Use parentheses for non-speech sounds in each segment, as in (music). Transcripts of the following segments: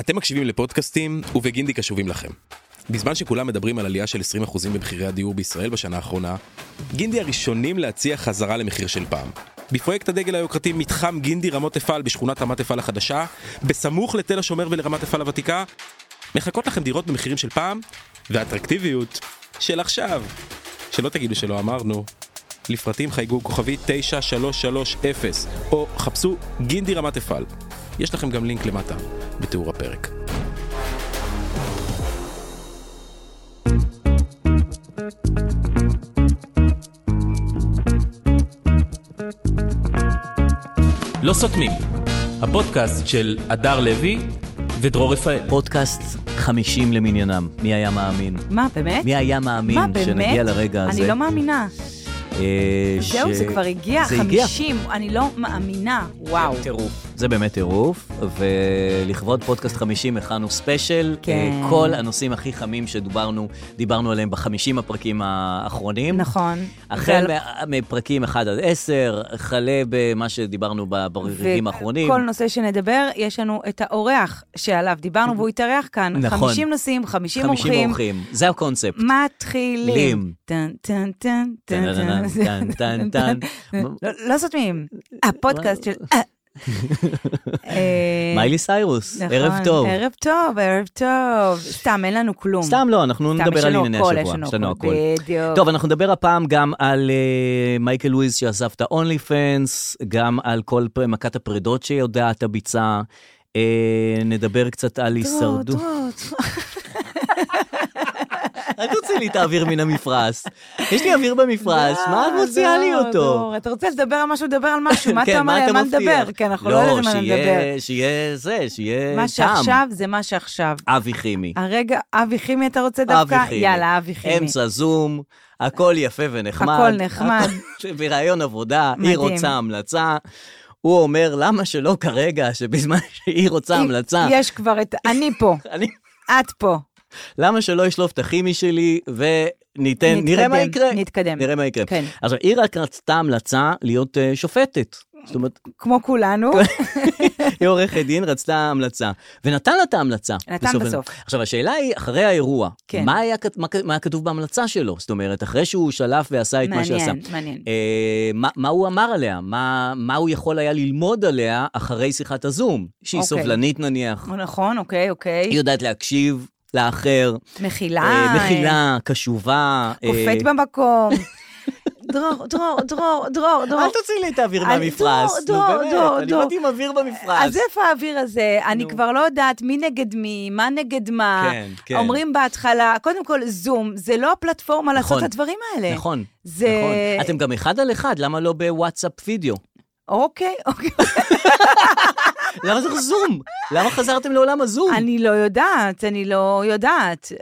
אתם מקשיבים לפודקאסטים, ובגינדי קשובים לכם. בזמן שכולם מדברים על עלייה של 20% במחירי הדיור בישראל בשנה האחרונה, גינדי הראשונים להציע חזרה למחיר של פעם. בפרויקט הדגל היוקרתי מתחם גינדי רמות אפעל בשכונת רמת אפעל החדשה, בסמוך לתל השומר ולרמת אפעל הוותיקה, מחכות לכם דירות במחירים של פעם, ואטרקטיביות של עכשיו. שלא תגידו שלא אמרנו. לפרטים חייגו כוכבי 9330 או חפשו גינדי רמת אפעל. יש לכם גם לינק למטה בתיאור הפרק. לא סותמים, הפודקאסט של הדר לוי ודרור רפאל. פודקאסט 50 למניינם, מי היה מאמין? מה, באמת? מי היה מאמין מה, באמת? שנגיע לרגע הזה? אני לא מאמינה. אה, זהו, ש- זה כבר הגיע, זה הגיע. 50, אני לא מאמינה. וואו. טירוף. זה באמת טירוף, ולכבוד פודקאסט 50 הכנו ספיישל. כן. אה, כל הנושאים הכי חמים שדיברנו, דיברנו עליהם בחמישים הפרקים האחרונים. נכון. החל ועל- מה- מפרקים 1 עד 10, כלה במה שדיברנו ב- ברגעים האחרונים. וכל נושא שנדבר, יש לנו את האורח שעליו דיברנו והוא התארח כאן. נכון. 50 נושאים, 50 50 אורחים. אורחים. זה הקונספט. לים. מתחילים. טן, טן, טן, טן, טן, טן, טן, טן. (laughs) לא- לא סותמים. הפודקאסט של... אה. (laughs) אה, מיילי סיירוס, נכון, ערב טוב. ערב טוב, ערב טוב. סתם, אין לנו כלום. סתם לא, אנחנו סתם, יש נדבר על לנו ענייני הכל, השבוע, יש יש לנו הכל. בדיוק. טוב, אנחנו נדבר הפעם גם על אה, מייקל לואיז שעזב את ה-only fans, גם על כל פ- מכת הפרידות שיודעת הביצה. אה, נדבר קצת על הישרדות. אל תוציא לי (laughs) את האוויר מן המפרש. יש לי אוויר (laughs) במפרש, מה את מוציאה לי אותו? אה, אתה רוצה לדבר על משהו, דבר על (laughs) משהו. לא, מה כן, אתה אומר לי, על מה מבטיח? נדבר? כן, אנחנו לא יודעים על מה שיהיה- נדבר. שיהיה זה, שיהיה טעם. מה שעכשיו זה מה שעכשיו. אבי כימי. הרגע, אבי כימי אתה רוצה אבי דווקא? כימי. יאללה, אבי כימי. אמצע זום, הכל יפה ונחמד. הכל (laughs) נחמד. הכל- בראיון עבודה, היא מדהים. רוצה המלצה. הוא אומר, למה שלא כרגע, שבזמן (laughs) שהיא רוצה המלצה, יש כבר את... אני (laughs) פה, אני- את פה. למה שלא אשלוף את הכימי שלי וניתן, נראה מה נתקדם, יקרה. נתקדם. נראה מה יקרה. כן. עכשיו, היא רק רצתה המלצה להיות אה, שופטת. זאת אומרת, (laughs) כמו כולנו. היא עורכת דין, רצתה המלצה, ונתן לה את ההמלצה. נתן בסוף. עכשיו, השאלה היא, אחרי האירוע, כן. מה, היה, כת- מה, כ- מה היה כתוב בהמלצה שלו? זאת אומרת, אחרי שהוא שלף ועשה את מה שעשה. מעניין, מעניין. אה, מה, מה הוא אמר עליה? מה, מה הוא יכול היה ללמוד עליה אחרי שיחת הזום? שהיא אוקיי. סובלנית נניח, נכון, אוקיי, אוקיי. היא יודעת להקשיב לאחר, מחילה. אה, אה, מכילה, קשובה. אה, קופאת (laughs) במקום. דרור, דרור, דרור, דרור, דרור. אל תוציא לי את האוויר אני- מהמפרש. אה, דור, נו, דור, באמת, דור, אני דור. באתי עם אוויר במפרש. אז איפה האוויר הזה? אני נו. כבר לא יודעת מי נגד מי, מה נגד מה. כן, כן. אומרים בהתחלה, קודם כל, זום, זה לא הפלטפורמה לעשות נכון. את הדברים האלה. נכון, זה- נכון. אתם גם אחד על אחד, למה לא בוואטסאפ וידאו? אוקיי, אוקיי. (laughs) למה זה לא זום? למה חזרתם לעולם הזום? אני לא יודעת, אני לא יודעת.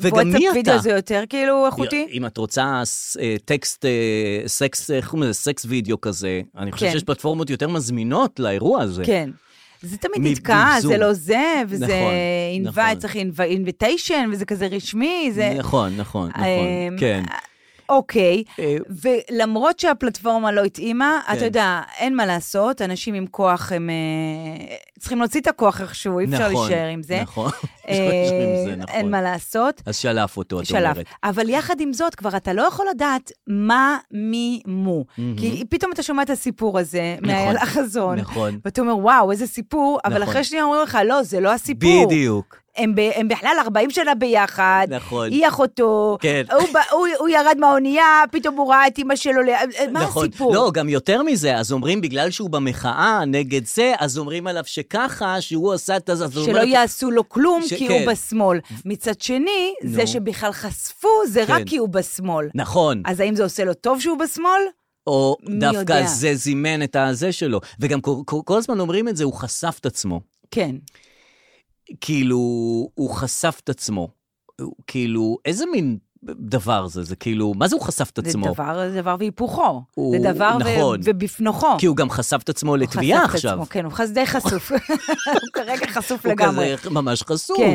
וגם מי וואטסאפ אתה? וידאו זה יותר כאילו איכותי. אם את רוצה ס- אה, טקסט, אה, סקס, איך קוראים לזה? סקס וידאו כזה, אני חושב כן. שיש פלטפורמות יותר מזמינות לאירוע הזה. כן. זה תמיד מ- נתקע, בזום. זה לא זה, נכון, וזה נכון. אינווייט, צריך אינביטיישן, וזה כזה רשמי, זה... נכון, נכון, נכון, אמ, כן. אוקיי. אה, ולמרות שהפלטפורמה לא התאימה, כן. אתה יודע, אין מה לעשות, אנשים עם כוח הם... אה, צריכים להוציא את הכוח איכשהו, אי אפשר נכון, להישאר עם זה. נכון, (laughs) אה, אפשר להישאר עם זה, נכון. אין מה לעשות. אז שלף אותו, את שלב. אומרת. אבל יחד עם זאת, כבר אתה לא יכול לדעת מה, מי, מו. כי פתאום אתה שומע את הסיפור הזה מאיילה חזון. נכון. ואתה אומר, וואו, איזה סיפור, אבל נכון. אחרי שנייה אומרים לך, לא, זה לא הסיפור. בדיוק. הם, ב, הם בכלל 40 שנה ביחד, נכון. היא אחותו, כן. הוא, ב, הוא, הוא ירד מהאונייה, פתאום הוא ראה את אימא שלו, ל... אה, מה נכון. הסיפור? לא, גם יותר מזה, אז אומרים, בגלל שהוא במחאה נגד זה, אז אומרים עליו שככה, שהוא עשה את זה, אז הוא שלא אומר, "כן, יעשו לו כלום ש- כי כן. הוא בשמאל. מצד שני, נו. זה שבכלל חשפו, זה רק כן. כי הוא בשמאל. נכון, אז האם זה עושה לו טוב שהוא בשמאל? או מי דווקא יודע? זה זימן את הזה שלו. וגם כל- כל- כל הזמן אומרים את זה, הוא חשף את עצמו. כן. כאילו, הוא חשף את עצמו. הוא- כאילו, איזה מין דבר זה? זה כאילו, מה זה הוא חשף את זה עצמו? דבר, זה דבר והיפוכו. הוא- זה דבר נכון. ו... ובפנוכו. כי הוא גם חשף את עצמו הוא חשף לתביעה את כן, עכשיו. (laughs) עצמו, כן, הוא חס- די חשוף. הוא כרגע חשוף הוא לגמרי. כזה ממש חשוף. כן.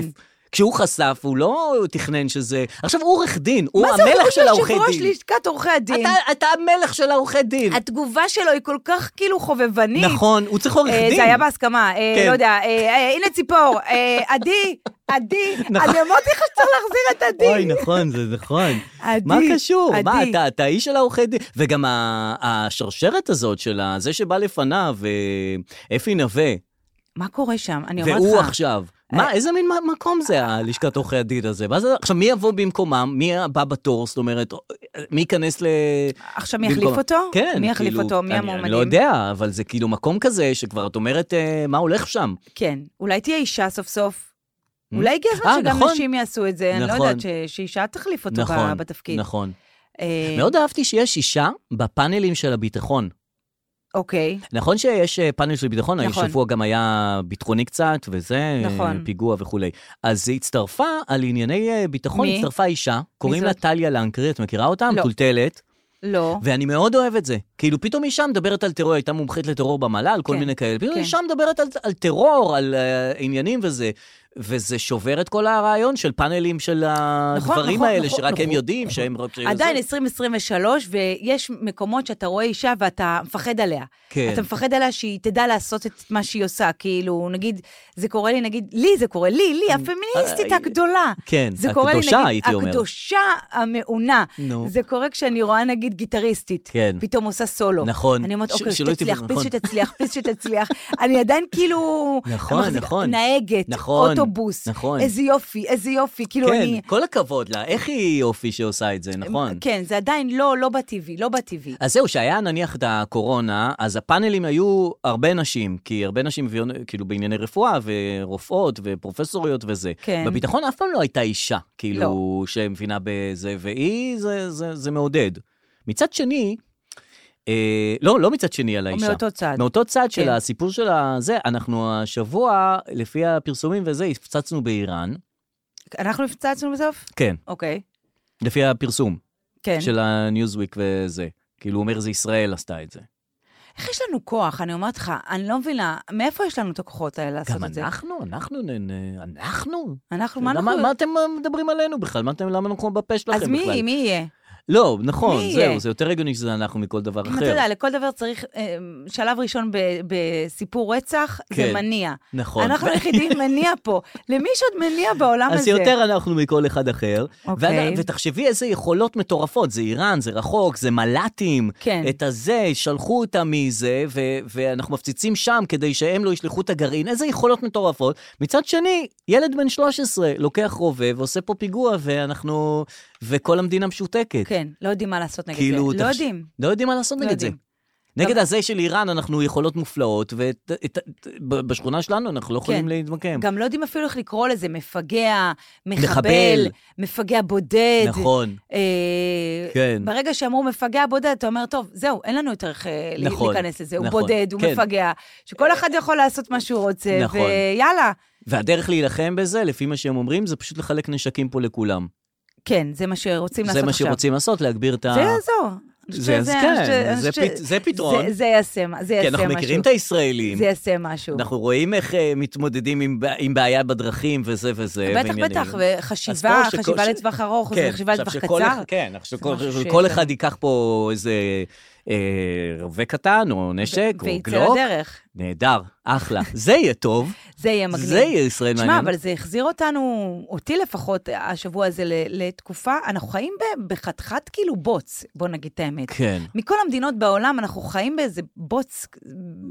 כשהוא חשף, הוא לא תכנן שזה... עכשיו, הוא עורך דין, הוא מה זה, המלך של הוא העורכי יושב ראש דין. לשכת עורכי הדין. אתה- אתה המלך של העורכי דין. התגובה שלו היא כל כך כאילו חובבנית. נכון, הוא צריך עורך אה, דין. זה היה בהסכמה, אה, כן. לא יודע, אה, אה, הנה ציפור, אה, עדי, עדי, אני אמרתי לך שצריך להחזיר את נכון. אוי, עדי. נכון, זה נכון. עדי, מה קשור? מה, עדי. אתה, אתה האיש של העורכי דין? וגם ה- השרשרת הזאת של ה- זה שבא לפניו, אה, אפי נווה, מה קורה שם? אני אומרת לך. והוא עכשיו. מה, אה, איזה מין מ- מקום זה הלשכת עורכי הדין הזה? ואז עכשיו, מי יבוא במקומם? מי הבא בתור? זאת אומרת, אה, מי ייכנס ל... עכשיו מי יחליף במקום- אותו? כן, אה, מי יחליף כאילו, אותו? מי אני- המועמדים? אני לא יודע, אבל זה כאילו מקום כזה שכבר את אומרת, אה, מה הולך שם? כן, אולי תהיה אישה סוף סוף. Hmm? אולי הגיע אה, הזמן שגם נכון. נשים יעשו את זה, אני לא נכון. יודעת ש- שאישה תחליף אותו ב- נכון, בתפקיד. נכון. כן. אה, מאוד אהבתי שיש אישה בפאנלים של הביטחון. אוקיי. נכון שיש אה, פאנל של ביטחון, נכון. נכון. השבוע גם היה ביטחוני קצת, וזה, נכון. נכון. פיגוע וכולי. אז היא הצטרפה על ענייני אה, ביטחון, מי? הצטרפה אישה, קוראים לה זאת? טליה לנקרי, את מכירה אותה? לא. מטולטלת, לא. ואני מאוד אוהב את זה. כאילו, פתאום אישה מדברת על טרור, היא הייתה מומחית לטרור במל"ל, כל כן, מיני כאלה. פתאום כן. אישה מדברת על, על טרור, על uh, עניינים וזה. וזה שובר את כל הרעיון של פאנלים של הדברים נכון, האלה, נכון, שרק נכון, הם יודעים, שהם רק... עדיין זה- 2023, ויש מקומות שאתה רואה אישה ואתה מפחד עליה. כן. אתה מפחד עליה שהיא תדע לעשות את מה שהיא עושה. כאילו, נגיד, זה קורה לי, נגיד, לי זה קורה, לי, לי, הפמיניסטית אה, הגדולה. כן, זה קורה לי, הקדושה, נגיד, הייתי אומר. הקדושה המעונה. נו. זה קורה כשאני רואה, נגיד, גיטריסטית. כן. פתאום עושה סולו. נכון. אני אומרת, ש- אוקיי, שלא שתצליח, תבוא- פליז נכון. שתצליח, פליז שתצליח. אני עדיין כאילו... נכון, מחזיקה- נכון. נהגת, נכון, אוטובוס. נכון. איזה יופי, איזה יופי. כאילו, כן, אני... כל הכבוד לה, איך היא יופי שעושה את זה, נכון? כן, זה עדיין לא, לא בטבעי, לא בטבעי. אז זהו, שהיה נניח את הקורונה, אז הפאנלים היו הרבה נשים, כי הרבה נשים הביאו, כאילו בענייני רפואה, ורופאות, ופרופסוריות וזה. כן. בביטחון אף פעם לא הייתה אישה, כאילו, לא. שמבינה בזה, והיא, זה, זה, זה מעודד. מצד שני, אה, לא, לא מצד שני על האישה. מאותו צד. מאותו צד כן. כן. של הסיפור של הזה, אנחנו השבוע, לפי הפרסומים וזה, הפצצנו באיראן. אנחנו הפצצנו בסוף? כן, אוקיי. לפי הפרסום. כן. של הניוזוויק וזה. כאילו, הוא אומר, זה ישראל עשתה את זה. איך יש לנו כוח? אני אומרת לך, אני לא מבינה, מאיפה יש לנו את הכוחות האלה לעשות גם את זה? אנחנו, אנחנו, נ- נ- אנחנו. אנחנו, מה למה- אנחנו... מה אתם אה, מדברים עלינו בכלל? מה אתם, למה אנחנו בפה שלכם אז בכלל? מי, מי יהיה? לא, נכון, מי יהיה? זהו, זה יותר הגיוני שזה אנחנו מכל דבר אתה אחר. יודע, לכל דבר צריך אה, שלב ראשון ב- בסיפור רצח, זה כן. מניע. נכון. (laughs) אנחנו היחידים מניע פה. למי יש עוד מניע בעולם הזה? אז יותר אנחנו מכל אחד אחר. אוקיי. ואנ- ותחשבי איזה יכולות מטורפות, זה איראן, זה רחוק, זה מל"טים. כן. את הזה, שלחו אותם מזה, ו- ואנחנו מפציצים שם כדי שהם לא ישלחו את הגרעין, איזה יכולות מטורפות. מצד שני, ילד בן 13 לוקח רובה ועושה פה פיגוע, ואנחנו... וכל המדינה משותקת. כן, לא יודעים מה לעשות נגד כאילו, זה. לא תחש- יודעים. לא יודעים מה לעשות לא נגד זה. יודעים. נגד אבל- הזה של איראן אנחנו יכולות מופלאות, ובשכונה שלנו אנחנו לא יכולים כן. להתמקם. גם לא יודעים אפילו איך לקרוא לזה, מפגע, מחבל, מחבל. מפגע בודד. נכון. אה, כן. ברגע שאמרו מפגע בודד, אתה אומר, טוב, זהו, אין לנו יותר איך אה, ל- נכון, להיכנס לזה. הוא נכון, בודד, הוא כן. מפגע, שכל אחד יכול לעשות מה שהוא רוצה, נכון. ויאללה. והדרך להילחם בזה, לפי מה שהם אומרים, זה פשוט לחלק נשקים פה לכולם. כן, זה מה שרוצים לעשות זה מה עכשיו. שרוצים לעשות, להגביר את ה... זה יעזור. אני זה- חושבת אז שזה- כן, אני חושבת- אני זה חושבת- פת- זה פתרון. זה- זה יעשה זה יעשה משהו. כי אנחנו מכירים את הישראלים. זה יעשה משהו. אנחנו רואים איך אה, מתמודדים עם ב- עם בעיה בדרכים וזה וזה. בטח, ועניינים. בטח, אה, אז פה וחשיבה, שכל- חשיבה ש- לטווח ארוך, כן, וחשיבה עכשיו לטווח שכל קצר. אחד- כן, עכשיו זה כל- משהו כל שיש אחד לנו. ייקח פה איזה אה, רובה קטן, או נשק, או ויצא גלוק. לדרך. נהדר, אחלה. (laughs) זה יהיה טוב, זה יהיה מגניב. זה יהיה ישראל תשמע, מעניין. אבל זה החזיר אותנו, אותי לפחות, השבוע הזה ל- לתקופה, אנחנו חיים ב- בחתיכת כאילו בוץ, בוא נגיד את האמת. כן. מכל המדינות בעולם אנחנו חיים באיזה בוץ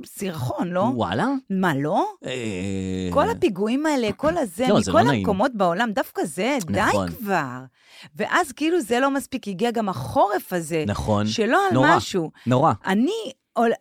סירחון, לא? וואלה? מה, לא? אה, כל הפיגועים האלה, כל הזה, לא, זה לא מכל נעים. המקומות בעולם, דווקא זה, נכון. די כבר. ואז כאילו זה לא מספיק, הגיע גם החורף הזה. נכון. שלא על נורא, משהו. נורא. אני,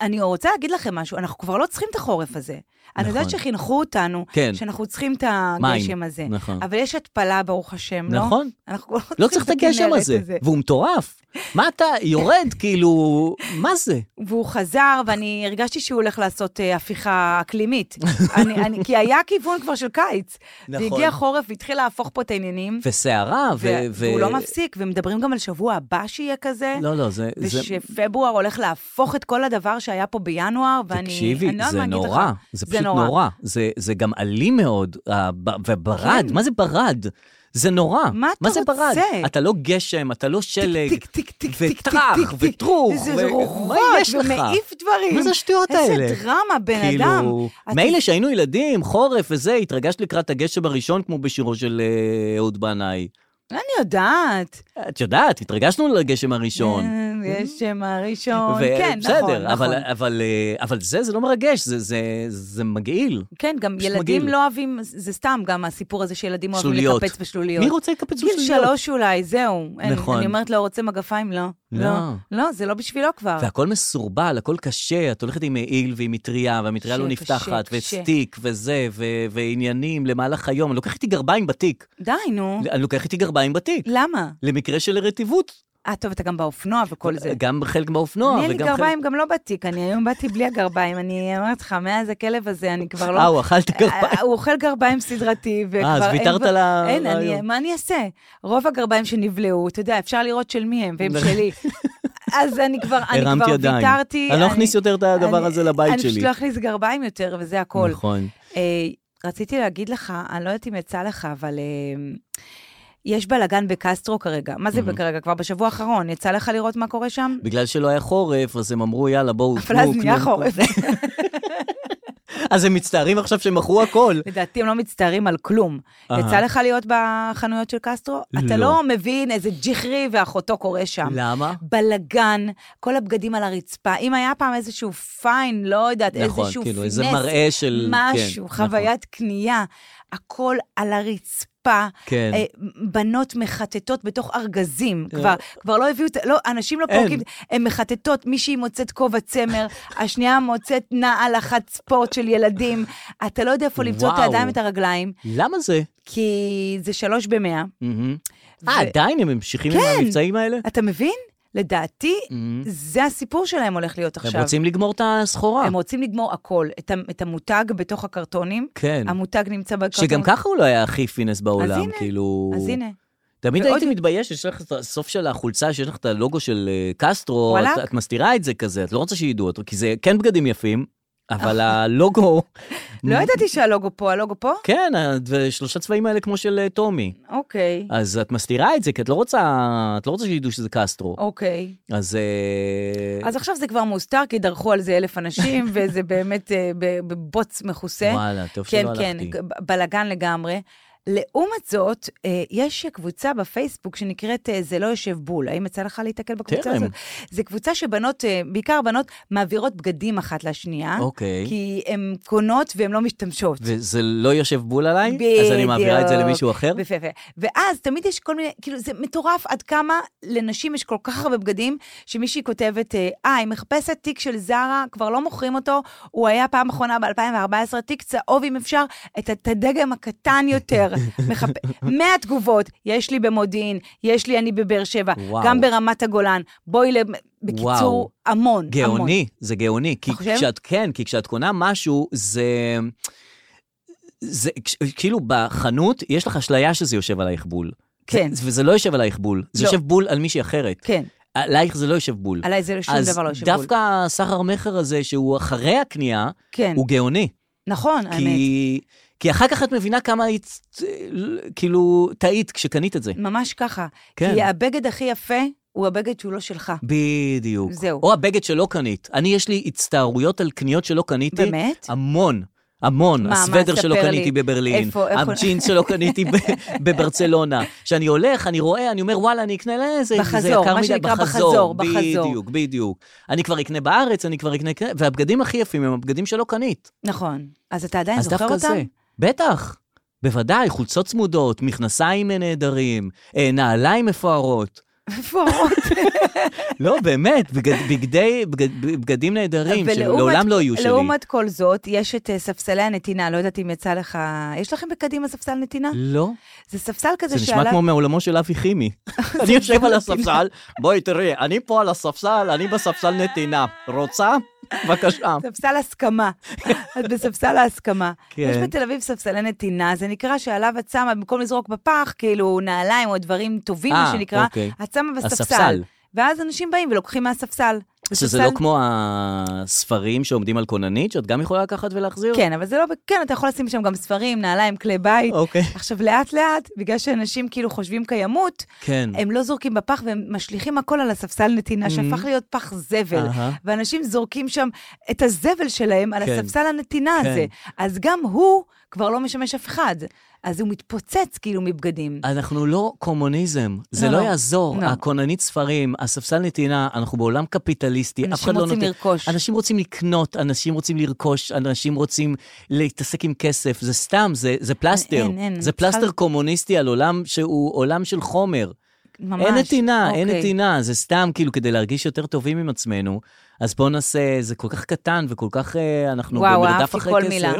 אני רוצה להגיד לכם משהו, אנחנו כבר לא צריכים את החורף הזה. אני יודעת נכון. שחינכו אותנו, כן. שאנחנו צריכים את מים, הגשם הזה. נכון. אבל יש התפלה, ברוך השם, לא? נכון. אנחנו כבר לא צריך את הגשם הכנרת הזה, והוא מטורף. מה אתה יורד, (laughs) כאילו, מה זה? והוא חזר, ואני הרגשתי שהוא הולך לעשות אה, הפיכה אקלימית. (laughs) אני, אני, כי היה כיוון כבר של קיץ. נכון. והגיע חורף והתחיל להפוך פה את העניינים. וסערה, ו... ו- ו- והוא לא מפסיק, ומדברים גם על שבוע הבא שיהיה כזה. לא, לא, זה... זה- ושפברואר הולך להפוך את כל הדבר שהיה פה בינואר, ואני... תקשיבי, אני לא יודעת זה מה להגיד לך. נורא, זה פשוט נורא. זה- זה גם אלים מאוד, ה- ב- וברד, כן. מה זה ברד? זה נורא. מה אתה זה ברד? רוצה? אתה לא גשם, אתה לא שלג. טיק, טיק, טיק, טיק, טיק, וטרח, טיק, טיק. וטרוח, זה ו- זה מה רוחות, יש לך? ומעיף דברים. מה זה השטויות האלה? איזה דרמה, בן כאילו, אדם. אתה- מילא שהיינו ילדים, חורף וזה, התרגשת לקראת הגשם הראשון, כמו בשירו של אה, אהוד בנאי. אני יודעת. את יודעת, התרגשנו לגשם הראשון. אה, יש שם הראשון. נכון. Mm-hmm. ו- כן, נכון, נכון. בסדר, אבל- אבל, אה, אבל זה, זה לא מרגש, זה- זה- זה מגעיל. כן, גם פשוט ילדים מגעיל. לא אוהבים, זה סתם גם הסיפור הזה שילדים אוהבים שלוליות. לקפץ בשלוליות. מי רוצה לקפץ גיל בשלוליות? שלוש אולי, זהו. אין, נכון. אני אומרת לו, רוצה מגפיים? לא. לא. לא, זה לא בשבילו כבר. והכל מסורבל, הכל קשה, את הולכת עם מעיל ועם מטריה, והמטריה לא קשה, נפתחת, קשה, קשה. וסטיק, וזה, ו- ועניינים למהלך היום. אני לוקח איתי גרביים בתיק. די, נו. אני לוקח איתי גרביים בתיק. למה? למקרה של רטיבות. אה, טוב, אתה גם באופנוע וכל זה. גם חלק מהאופנוע, אני, אין לי אה, וגם חלק... גרביים גם לא בתיק, אני היום באתי בלי הגרביים, אני אומרת לך, מאז הכלב הזה, אני כבר לא... אה, הוא אכל את הגרביים. אה, הוא אוכל גרביים סדרתי, וכבר... אז אין ויתרת אה, כבר- על ה- אין, אני, הרעיון. מה אני אעשה? רוב הגרביים שנבלעו, אתה יודע, אפשר לראות של מי (laughs) הם, והם שלי. אז אני כבר, אה, אני כבר הרמתי ידיים. ויתרתי. אני לא אכניס יותר את הדבר אני- הזה לבית אני שלי. פשוט לא אכניס גרביים יותר, וזה הכל. נכון. אה, רציתי להגיד לך, אני לא יודעת אם יצא לך, אבל אה, יש בלאגן בקסטרו כרגע. מה זה Mm-hmm. כרגע? כבר בשבוע האחרון. יצא לך לראות מה קורה שם? בגלל שלא היה חורף, אז הם אמרו, יאללה, בואו, (laughs) אבל אז נהיה חורף. אז הם מצטערים עכשיו שהם מכרו הכל. (laughs) לדעתי הם לא מצטערים על כלום. אהה. יצא לך להיות בחנויות של קסטרו? אתה לא. לא מבין איזה ג'יחרי ואחותו קורה שם. למה? בלגן, כל הבגדים על הרצפה. אם היה פעם איזשהו פיין, לא יודעת, נכון, איזשהו כאילו, פינס, איזה מראה של- משהו, כן, חוויית קנייה, הכל על הרצפה. כן. אה. אה, בנות מחטטות בתוך ארגזים, כבר, כבר לא הביאו, את- לא, אנשים לא אין. פורקים, הן מחטטות, מישהי מוצאת כובע צמר, (laughs) השנייה מוצאת נעל אחת ספורט של ילדים. אתה לא יודע איפה למצוא את וואו. הידיים ואת הרגליים, למה זה? כי זה שלוש במאה. מהמם. ו- אה, עדיין הם ממשיכים עם כן. המבצעים האלה? אתה מבין? לדעתי, זה הסיפור שלהם הולך להיות הם עכשיו. רוצים לגמור את הסחורה. הם רוצים לגמור הכל, את ה- את המותג בתוך הקרטונים. כן. המותג נמצא בקרטון. שגם ככה הוא לא היה הכי פינס בעולם, הנה, כאילו... אז הנה. תמיד ועוד- הייתי מתבייש, יש לך את הסוף של החולצה, שיש לך את הלוגו של אה, קסטרו, וואלאק. את- את מסתירה את זה כזה, את לא רוצה שידעו אותו, כי זה כן בגדים יפים, אבל אוקיי. הלוגו... לא ידעתי שהלוגו פה, הלוגו פה? כן, שלושה צבעים האלה כמו של אה, טומי. אוקיי, אז את מסתירה את זה, כי את לא רוצה, את לא רוצה שידעו שזה קסטרו. אוקיי. אז... אה, אז עכשיו זה כבר מוסתר, כי דרכו על זה (laughs) אלף אנשים, וזה באמת אה, ב- בבוץ מכוסה. וואלה, טוב כן, שלא כן, הלכתי. בלאגן לגמרי. לעומת זאת, אה, יש קבוצה בפייסבוק שנקראת אה, זה לא יושב בול. האם יצא לך להתקל בקבוצה טרם. הזאת? זו קבוצה שבנות, אה, בעיקר בנות, מעבירות בגדים אחת לשנייה, אוקיי. כי הן קונות והן לא משתמשות. וזה לא יושב בול עליי? אז אני מעבירה את זה בדיוק. למישהו אחר? יפה, יפה. ואז תמיד יש כל מיני, כאילו, זה מטורף עד כמה לנשים יש כל כך הרבה בגדים, שמישהי כותבת, אה, "אה, היא מחפשת תיק של זרה, כבר לא מוכרים אותו, הוא היה פעם אחרונה ב-2014, תיק צהוב אם אפשר, את את הדגם הקטן (laughs) יותר. מחפ... 100 תגובות, יש לי במודיעין, יש לי אני בבאר שבע, וואו. גם ברמת הגולן, בואי ל... בקיצור, וואו. המון, המון. גאוני, זה גאוני. כי אתה חושב? כשאת, כן, כי כשאת קונה משהו, זה... זה כש- כאילו בחנות, יש לך אשליה שזה יושב עלייך בול. כן. זה- וזה לא יושב עלייך בול, זה לא. יושב בול על מישהי אחרת. כן, עלייך זה לא יושב בול. עליי זה שום דבר לא יושב אז בול. דווקא הסחר-מכר הזה, שהוא אחרי הקנייה, כן, הוא גאוני. נכון, האמת. כי... כי אחר כך את מבינה כמה היית, כאילו, טעית כשקנית את זה. ממש ככה. כן. כן. כי הבגד הכי יפה הוא הבגד שהוא לא שלך. בדיוק. זהו. או הבגד שלא קנית. אני, יש לי הצטערויות על קניות שלא קניתי. באמת? המון. המון, מה, מה, הסוודר שלא ספר לי. קניתי בברלין, איפה, איפה? הג'ינס שלא קניתי ב- (laughs) בברצלונה. כשאני הולך, אני רואה, אני אומר, וואלה, אני אקנה לזה, זה בחזור, יקר מה מדי, שנקרא בחזור, בחזור. בדיוק, בדיוק. אני כבר אקנה בארץ, אני כבר אקנה, והבגדים הכי יפים הם הבגדים שלא קנית. נכון. אז אתה עדיין אז זוכר דווקא אותם? זה. (laughs) בטח, בוודאי, חולצות צמודות, מכנסיים נהדרים, אה, נעליים מפוארות. מפוארות. לא, באמת, בגד- בגדי, בגד- בגדים נהדרים, ולעומת- שלעולם לא יהיו שלי. לעומת כל זאת, יש את אה, ספסלי הנתינה, לא יודעת אם יצא לך... יש לכם בקדימה ספסל נתינה? לא, זה ספסל כזה זה נשמע כמו מעולמו של אבי חימי. אני יושב על הספסל, בואי תראי, אני פה על הספסל, אני בספסל נתינה. רוצה? בבקשה. ספסל הסכמה. (laughs) את בספסל ההסכמה. כן. יש בתל אביב ספסלי נתינה, זה נקרא שעליו את שמה, במקום לזרוק בפח, כאילו נעליים או דברים טובים, מה אה, שנקרא, אוקיי. את שמה בספסל. הספסל. ואז אנשים באים ולוקחים מהספסל. שזה בספסל- לא כמו הספרים שעומדים על כוננית, שאת גם יכולה לקחת ולהחזיר? כן, אבל זה לא... ב- כן, אתה יכול לשים שם גם ספרים, נעליים, כלי בית. אוקיי. עכשיו, לאט-לאט, בגלל שאנשים כאילו חושבים קיימות, כן. הם לא זורקים בפח והם משליכים הכל על הספסל נתינה, שהפך להיות פח זבל. Mm-hmm. אהה. ואנשים זורקים שם את הזבל שלהם על כן. הספסל הנתינה כן. הזה. אז גם הוא כבר לא משמש אף אחד. אז הוא מתפוצץ כאילו מבגדים. אנחנו לא קומוניזם, זה לא, לא לא. יעזור. לא. הכוננית ספרים, הספסל נתינה, אנחנו בעולם קפיטליסטי, אף אנשים אחד לא נותן... רוצים לרכוש. אנשים רוצים לקנות, אנשים רוצים לרכוש, אנשים רוצים להתעסק עם כסף, זה סתם, זה, זה פלסטר. אין, אין, זה בכלל- פלסטר קומוניסטי על עולם שהוא עולם של חומר. ממש. אין נתינה, אין אוקיי. נתינה, זה סתם כאילו כדי להרגיש יותר טובים עם עצמנו. אז בואו נעשה, זה כל כך קטן וכל כך, אה, אנחנו וואו, במרדף אהבתי אחרי כל כסף. מילה.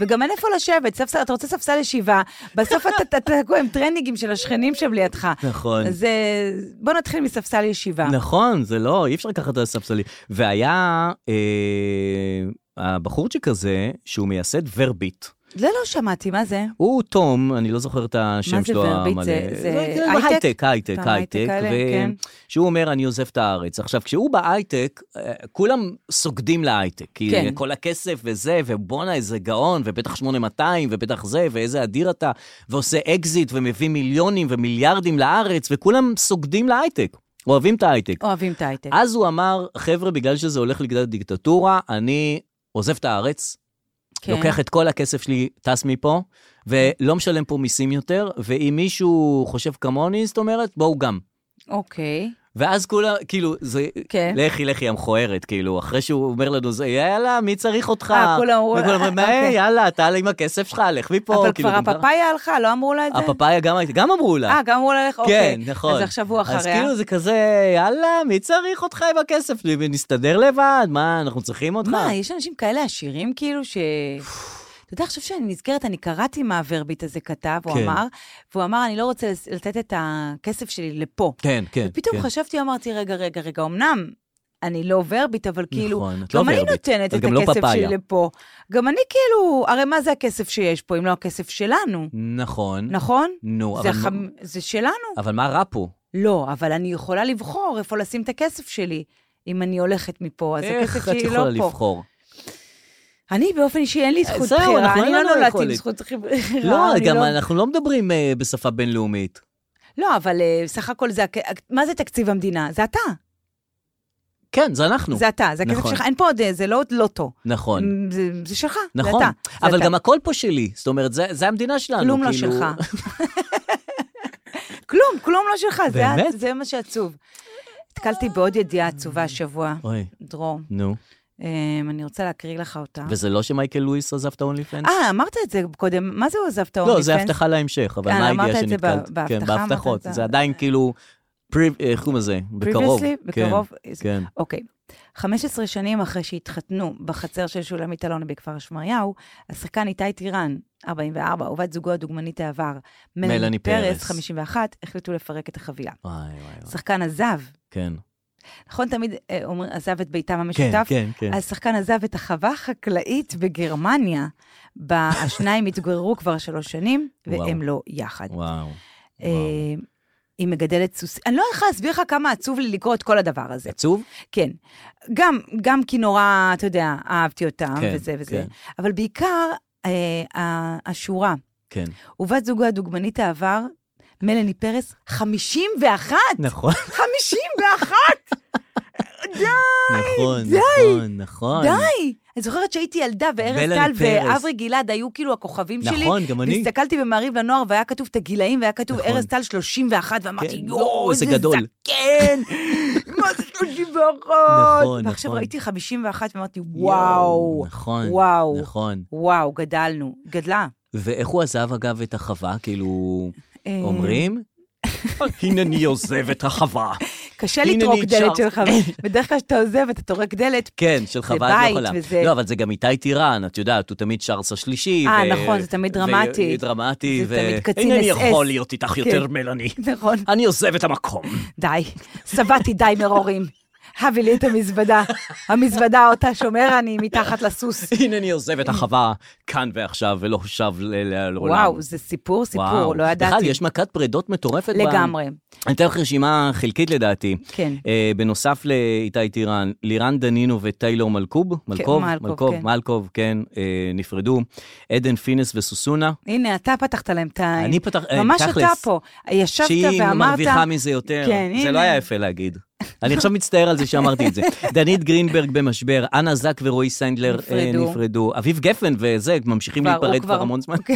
וגם אין איפה לשבת, ספסל, אתה רוצה ספסל ישיבה, בסוף אתה- אתה אתה תקוע עם טרנינגים של השכנים שלידך. (laughs) נכון. אז אה, בוא נתחיל מספסל ישיבה. נכון, זה לא, אי אפשר לקחת את הספסלי. והיה אה, הבחורצ'יק הזה, שהוא מייסד ורביט. זה לא שמעתי, מה זה? הוא תום, אני לא זוכר את השם מה זה שלו המלא. ורביט? זה- זה הייטק? הייטק, הייטק, אתה הייטק. הייטק האלה, כן. שהוא אומר, אני עוזב את הארץ. עכשיו, כשהוא בהייטק, אה, כולם סוגדים להייטק. כי כן. כל הכסף וזה, ובואנה, איזה גאון, ובטח 8200, ובטח זה, ואיזה אדיר אתה, ועושה אקזיט, ומביא מיליונים ומיליארדים לארץ, וכולם סוגדים להייטק. אוהבים את ההייטק. אוהבים את ההייטק. אז הוא אמר, חבר'ה, בגלל שזה הולך לגדל דיקטטורה, אני עוזב את הארץ, כן. לוקח את כל הכסף שלי, טס מפה, ולא משלם פה מיסים יותר, ואם מישהו חושב כמוני, זאת אומרת, בואו גם. אוקיי. ואז כולם, כאילו, זה... כן. לכי, לכי, המכוערת, כאילו, אחרי שהוא אומר לנו זה, יאללה, מי צריך אותך? אה, כולם אמרו- וכולם אומרים, אה, "היי, אוקיי. יאללה, אתה עם הכסף שלך, לך מפה. אבל כאילו, כבר גם ככה- הפאפאיה הלכה, לא אמרו לה את זה? הפאפאיה גם, הייתה- גם אמרו לה. אה, גם אמרו לה לך, אוקיי. כן, נכון. אז עכשיו הוא אז אחריה. כאילו זה כזה, יאללה, מי צריך אותך עם הכסף? נסתדר לבד, מה, אנחנו צריכים אותך? מה, יש אנשים כאלה עשירים כאילו ש... אתה יודע, עכשיו שאני נזכרת, אני קראתי מה הוורביט הזה כתב, הוא כן. אמר, והוא אמר, אני לא רוצה לס- לתת את הכסף שלי לפה. כן, כן. פתאום כן. חשבתי, אמרתי, רגע, רגע, רגע, אמנם אני לא ורביט, אבל כאילו, נכון, את לא גם אני ורביט. נותנת את את גם לא הכסף פפאיה. שלי לפה. גם אני כאילו, הרי מה זה הכסף שיש פה, אם לא הכסף שלנו, נכון. נכון? נו, זה אבל החמ- זה שלנו. אבל מה רע פה? לא, אבל אני יכולה לבחור איפה לשים את הכסף שלי. אם אני הולכת מפה, אז הכסף איך את שלי יכולה לא פה. לבחור? אה, אני באופן אישי, אין לי זכות זהו, בחירה, אנחנו, אני אין לא לנו נולדתי עם יכולת. זכות בחירה. לא, אני גם אנחנו לא מדברים אה, בשפה בינלאומית. לא, אבל אה, סך הכל זה... הכ- מה זה תקציב המדינה? זה אתה. כן, זה אנחנו. זה אתה, זה הכסף נכון. שלך. אין פה עוד... אה, זה לא לוטו. נכון. זה- זה שלך, זה נכון, אתה. זה אבל אתה. גם הכל פה שלי, זאת אומרת, זה, זה המדינה שלנו, כלום לא כאילו... שלך. כלום, כלום לא שלך, זה את, באמת? זה מה שעצוב. נתקלתי בעוד ידיעה עצובה השבוע, אוי, דרור. נו, אמ, אני רוצה להקריא לך אותה. וזה לא שמייקל לואיס עזב את ההונלי פנס? אה, אמרת את זה קודם, מה זה הוא עזב את ההומי לא, זה הבטחה להמשך, אבל כן, מה אמרת הידיעה את זה ב- שנתקלת? בהבטחה, כן, אמרת בהבטחות. את זה. זה עדיין כאילו, פרי- איך קוראים לזה? בקרוב. כן, בקרוב. כן. אוקיי. 15 שנים אחרי שהתחתנו בחצר של שולמית אלוני בכפר שמריהו, השחקן איתי טירן, 44, ובת זוגו הדוגמנית העבר, מלאני מלאני פרס. פרס, 51, החליטו לפרק את החבילה. וואי, וואי, וואי. השחקן עזב, כן. נכון תמיד אה, אומרים, עזב את ביתם כן, המשותף? כן, כן. השחקן עזב את החווה החקלאית בגרמניה, (laughs) בה השניים התגוררו כבר שלוש שנים, וואו. והם לא יחד. וואו. אה, וואו. היא מגדלת סוסים. אני לא יכולה להסביר לך כמה עצוב לי לקרוא את כל הדבר הזה. עצוב? כן. גם, גם כי נורא, אתה יודע, אהבתי אותם, כן, אה, וזה וזה. כן. אבל בעיקר, אה, ה- השורה, כן. ובת זוגו הדוגמנית העבר, מלאני פרס, 51! נכון, 51! נכון, נכון, נכון. די! אני זוכרת שהייתי ילדה, וארז מלאני טל פרס. ואברי גלעד היו כאילו הכוכבים שלי. נכון, גם אני. והסתכלתי במעריב לנוער, והיה כתוב את הגילאים, והיה כתוב נכון. ארז טל 31, כן, ואמרתי, לא, יואו, זה איזה גדול." (laughs) זקן! מה זה 31? נכון, ועכשיו נכון. ראיתי 51, ואמרתי, יואו, וואו, נכון, וואו. נכון. וואו, גדלנו, גדלה. ואיך הוא עזב, אגב, את החווה? כאילו, אה, (laughs) אומרים? הנני עוזב את החווה. קשה הנה לטרוק אני דלת הקשבתי. (laughs) שלך, בדרך כלל כשאתה עוזב אתה טורק דלת. כן, של חווה את לא בית יכולה. וזה- לא, אבל זה גם איתי טירן, את יודעת, הוא תמיד שרס השלישי. אה, ו- נכון, זה תמיד ו- אה, דרמטי. דרמטי, זה ו- תמיד קצין אינני SS. יכול להיות איתך יותר, כן. מלאני. נכון. אני עוזב את (laughs) המקום. די, שבעתי די מרורים. הביא לי את המזוודה. המזוודה אותה שומר אני מתחת לסוס. הנני עוזב את החווה כאן ועכשיו, ולא שב ל- ל- לעולם. וואו, זה סיפור, סיפור, לא ידעתי. בכלל, יש מכת פרדות מטורפת. ב- לגמרי. אני אתן לך רשימה חלקית לדעתי. כן. אה, בנוסף לאיתי טירן, לירן דנינו וטיילור מלקוב, מלקוב, מלקוב, מלקוב, כן. מלקוב, כן, אה, נפרדו. עדן פינס וסוסונה, הנה, אתה פתחת להם את ה... אני פתח- אה, ממש אתה תכלס. פה. ישבת שהיא ואמרת... מרוויחה מזה יותר. כן, זה הנה. לא היה יפה להגיד. אני עכשיו מצטער על זה שאמרתי (laughs) את זה. דנית גרינברג במשבר, אנה זק ורועי סיינדלר אה, נפרדו. נפרדו, אביב גפן וזה, ממשיכים כבר- הוא להיפרד כבר המון זמן. (laughs) כן,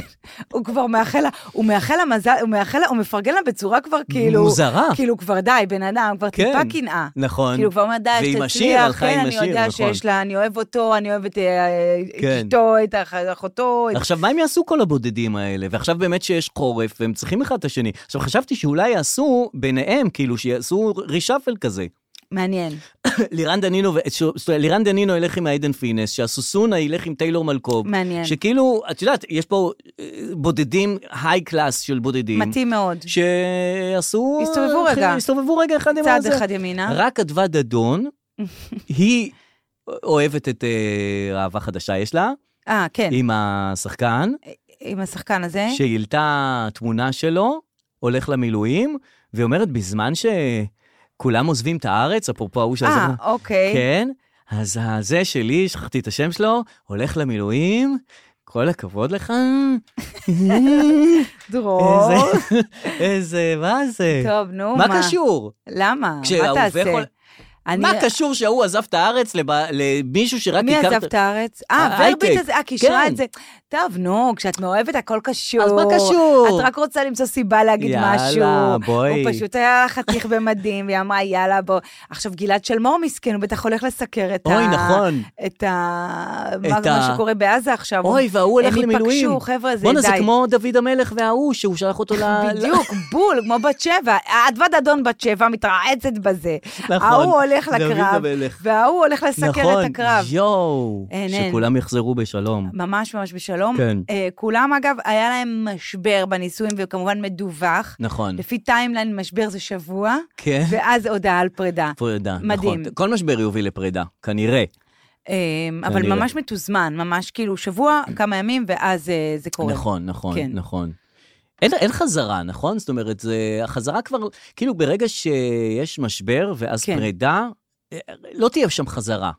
הוא כבר מאחל לה, הוא מאחל לה מזל, הוא מאחל לה, הוא מפרגן לה בצורה כבר כאילו... מוזרה. כאילו כבר די, בן אדם, כבר טיפה קנאה. נכון. כאילו כבר אומר, די, ועם השיר, שתצליח, הלכה כן, עם אני השיר, יודע נכון. שיש לה, אני אוהב אותו, אני אוהב את אה, כן. אשתו, את אח- אחותו, את עכשיו, מה הם יעשו כל הבודדים האלה? ועכשיו באמת שיש חורף, והם צריכים אחד את השני. עכשיו, חשבתי שאולי יעשו ביניהם, כאילו, שיעשו רישאפל כזה. (laughs) מעניין. אוקיי. לירן דנינו, ו- ש- זאת אומרת, לירן דנינו ילך עם העדן פינס, שהסוסונה ילך עם טיילור מלקוב. מעניין. שכאילו, את יודעת, יש פה אה, בודדים, היי קלאס של בודדים. מתאים מאוד. שעשו... הסתובבו רגע. הסתובבו רגע אחד עם צעד הזה. אחד אה? ימינה. רק כתבה (laughs) דדון, היא אוהבת את אה, אהבה חדשה יש לה, אה, כן, אה? עם השחקן. עם השחקן הזה. שהעלתה תמונה שלו, הולך למילואים, והיא אומרת, בזמן שכולם עוזבים את הארץ, אפרופו ההוא שעזב... אה, אוקיי. כן, אז הזה שלי, שכחתי את השם שלו, הולך למילואים, כל הכבוד (laughs) לך. דרור. איזה, איזה, מה זה? טוב, נו, מה? מה קשור? למה? מה כשההוא תעשה? יכול- אני- מה קשור שההוא עזב את הארץ לב- למישהו שרק מי הכרת- עזב את הארץ? אה, ההייטק. ורביט הזה, אה, קישרה כן. את זה. טוב, נו, כשאת מאוהבת הכל קשור. אז מה קשור? את רק רוצה למצוא סיבה להגיד יאללה, משהו. בואי. הוא פשוט היה חתיך במדים, והיא אמרה, יאללה, בוא. עכשיו, גלעד שלמור מסכן, הוא בטח הולך לסקר את אוי, נכון. את ה... מה- את מה ה- שקורה בעזה עכשיו. אוי, וההוא הלך הם למילואים. ייפגשו, חבר'ה, זה די. בואנה, זה כמו דוד המלך וההוא, שהוא שלח (laughs) אותו ל... בדיוק, בול, כמו בת שבע. אדוות אדון בת שבע מתרעצת בזה. נכון, ההוא הולך דוד לקרב, המלך. וההוא הולך לסקר את הקרב. (laughs) נכון, יואו. אין, אין. אה, שכולם יחזרו בשלום. ממש ממש בשלום. כן. אה, כולם, אגב, היה להם משבר בנישואים, וכמובן מדווח. נכון. לפי טיימליין, משבר זה (laughs) שבוע, כן. ואז הודעה על פרידה. פרידה, מדהים. נכון. כל משבר יוביל לפרידה, כנראה. אה, אבל כנראה. ממש מתוזמן, ממש כאילו (clears throat) שבוע, כמה ימים, ואז אה, זה קורה. נכון, נכון, כן. נכון. אין, אין חזרה, נכון? זאת אומרת, זה, החזרה כבר, כאילו ברגע שיש משבר ואז כן. כן. פרידה, אה, לא תהיה שם חזרה.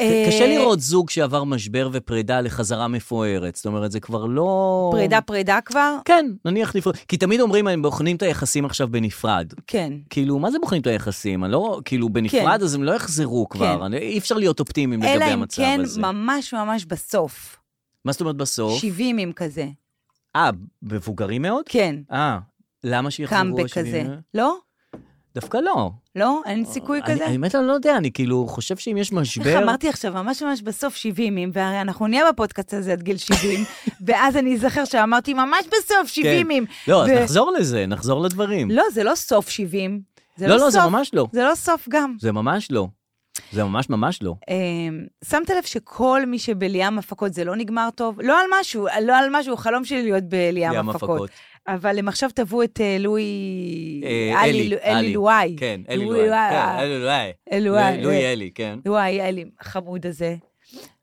אה, קשה לראות זוג שעבר משבר ופרידה לחזרה מפוארת. זאת אומרת, זה כבר לא... פרידה, פרידה כבר? כן, נניח נפרד. כי תמיד אומרים, הם בוחנים את היחסים עכשיו בנפרד. כן. כאילו, מה זה בוחנים את היחסים? אני לא, כאילו, בנפרד, כן. אז הם לא יחזרו כבר. כן. אני, אי אפשר להיות אופטימיים אלא לגבי אם המצב כן, הזה. ממש ממש בסוף. מה זאת אומרת בסוף? 70 עם כזה. אה, מבוגרים מאוד? כן. אה, למה שיחזרו קאמבק כזה. השנים? לא? דווקא לא. לא? אין סיכוי אני- כזה? האמת, אני לא יודע, אני כאילו חושב שאם יש משבר... איך אמרתי עכשיו, ממש ממש בסוף 70, אם- והרי אנחנו נהיה בפודקאסט הזה עד גיל (laughs) 70, ואז אני אזכר שאמרתי ממש בסוף 70. אם. לא, אז ו- נחזור לזה, נחזור לדברים. לא, זה לא סוף 70. זה לא, לא, לא, זה סוף. ממש לא. זה לא סוף גם. זה ממש לא. זה ממש ממש לא. אמ, שמת לב שכל מי שבליאם הפקות זה לא נגמר טוב? לא על משהו, לא על משהו, חלום שלי להיות בליאם ים הפקות. אבל הם עכשיו תבעו את אה, לואי... אה, אלי, אלי לואי. כן, אלי לואי, לואי. אה, כן, אלי לואי. לואי, אה. לואי אלי, כן. לואי, אלי, חמוד הזה.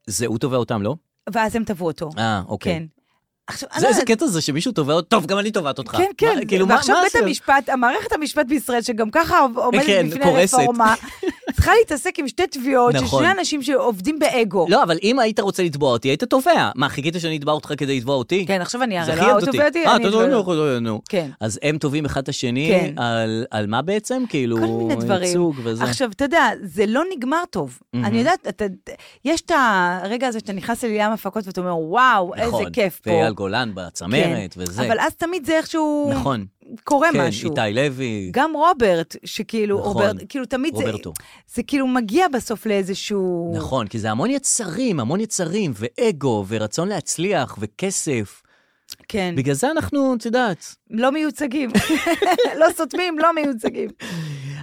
זה הוא תובע אותם, לא? ואז הם תבעו אותו. אה, כן. אוקיי. עכשיו, זה אני- לא איזה קטע זה שמישהו תובע אותו, טוב, גם אני תובעת אותך. כן, כן, מה- כאילו, מה- ועכשיו מה בית זה? המשפט, המערכת המשפט בישראל, שגם ככה עומדת כן, בפני קורסת. רפורמה, (laughs) צריכה להתעסק עם שתי תביעות של נכון. שני אנשים שעובדים באגו. לא, אבל אם היית רוצה לתבוע אותי, היית תובע. מה, חיכית שאני אתבע אותך כדי לתבוע אותי? כן, עכשיו אני זה הרי חייב לא אותי. תובעתי, אה, אני... אתה אתבע- לא יודע, נו. כן. אז הם תובעים אחד את השני, כן. על- על מה בעצם? כאילו, כל מיני דברים. ייצוג וזה. עכשיו, אתה יודע, זה לא נגמר טוב. אני יודעת, אתה- יש את הרגע הזה שאתה נכנס לליאם הפקות ואתה אומר, וואו, איזה נכון, כיף פה. ואייל גולן בצמרת כן. וזה. אבל אז תמיד זה איכשהו נכון. קורה כן, משהו. איתי לוי. גם רוברט, שכאילו, נכון. רוברט, כאילו תמיד זה, רוברטו. זה כאילו מגיע בסוף לאיזשהו... נכון, כי זה המון יצרים, המון יצרים, ואגו, ורצון להצליח, וכסף. כן. בגלל זה אנחנו, את יודעת, לא מיוצגים. (laughs) לא סותמים, לא מיוצגים.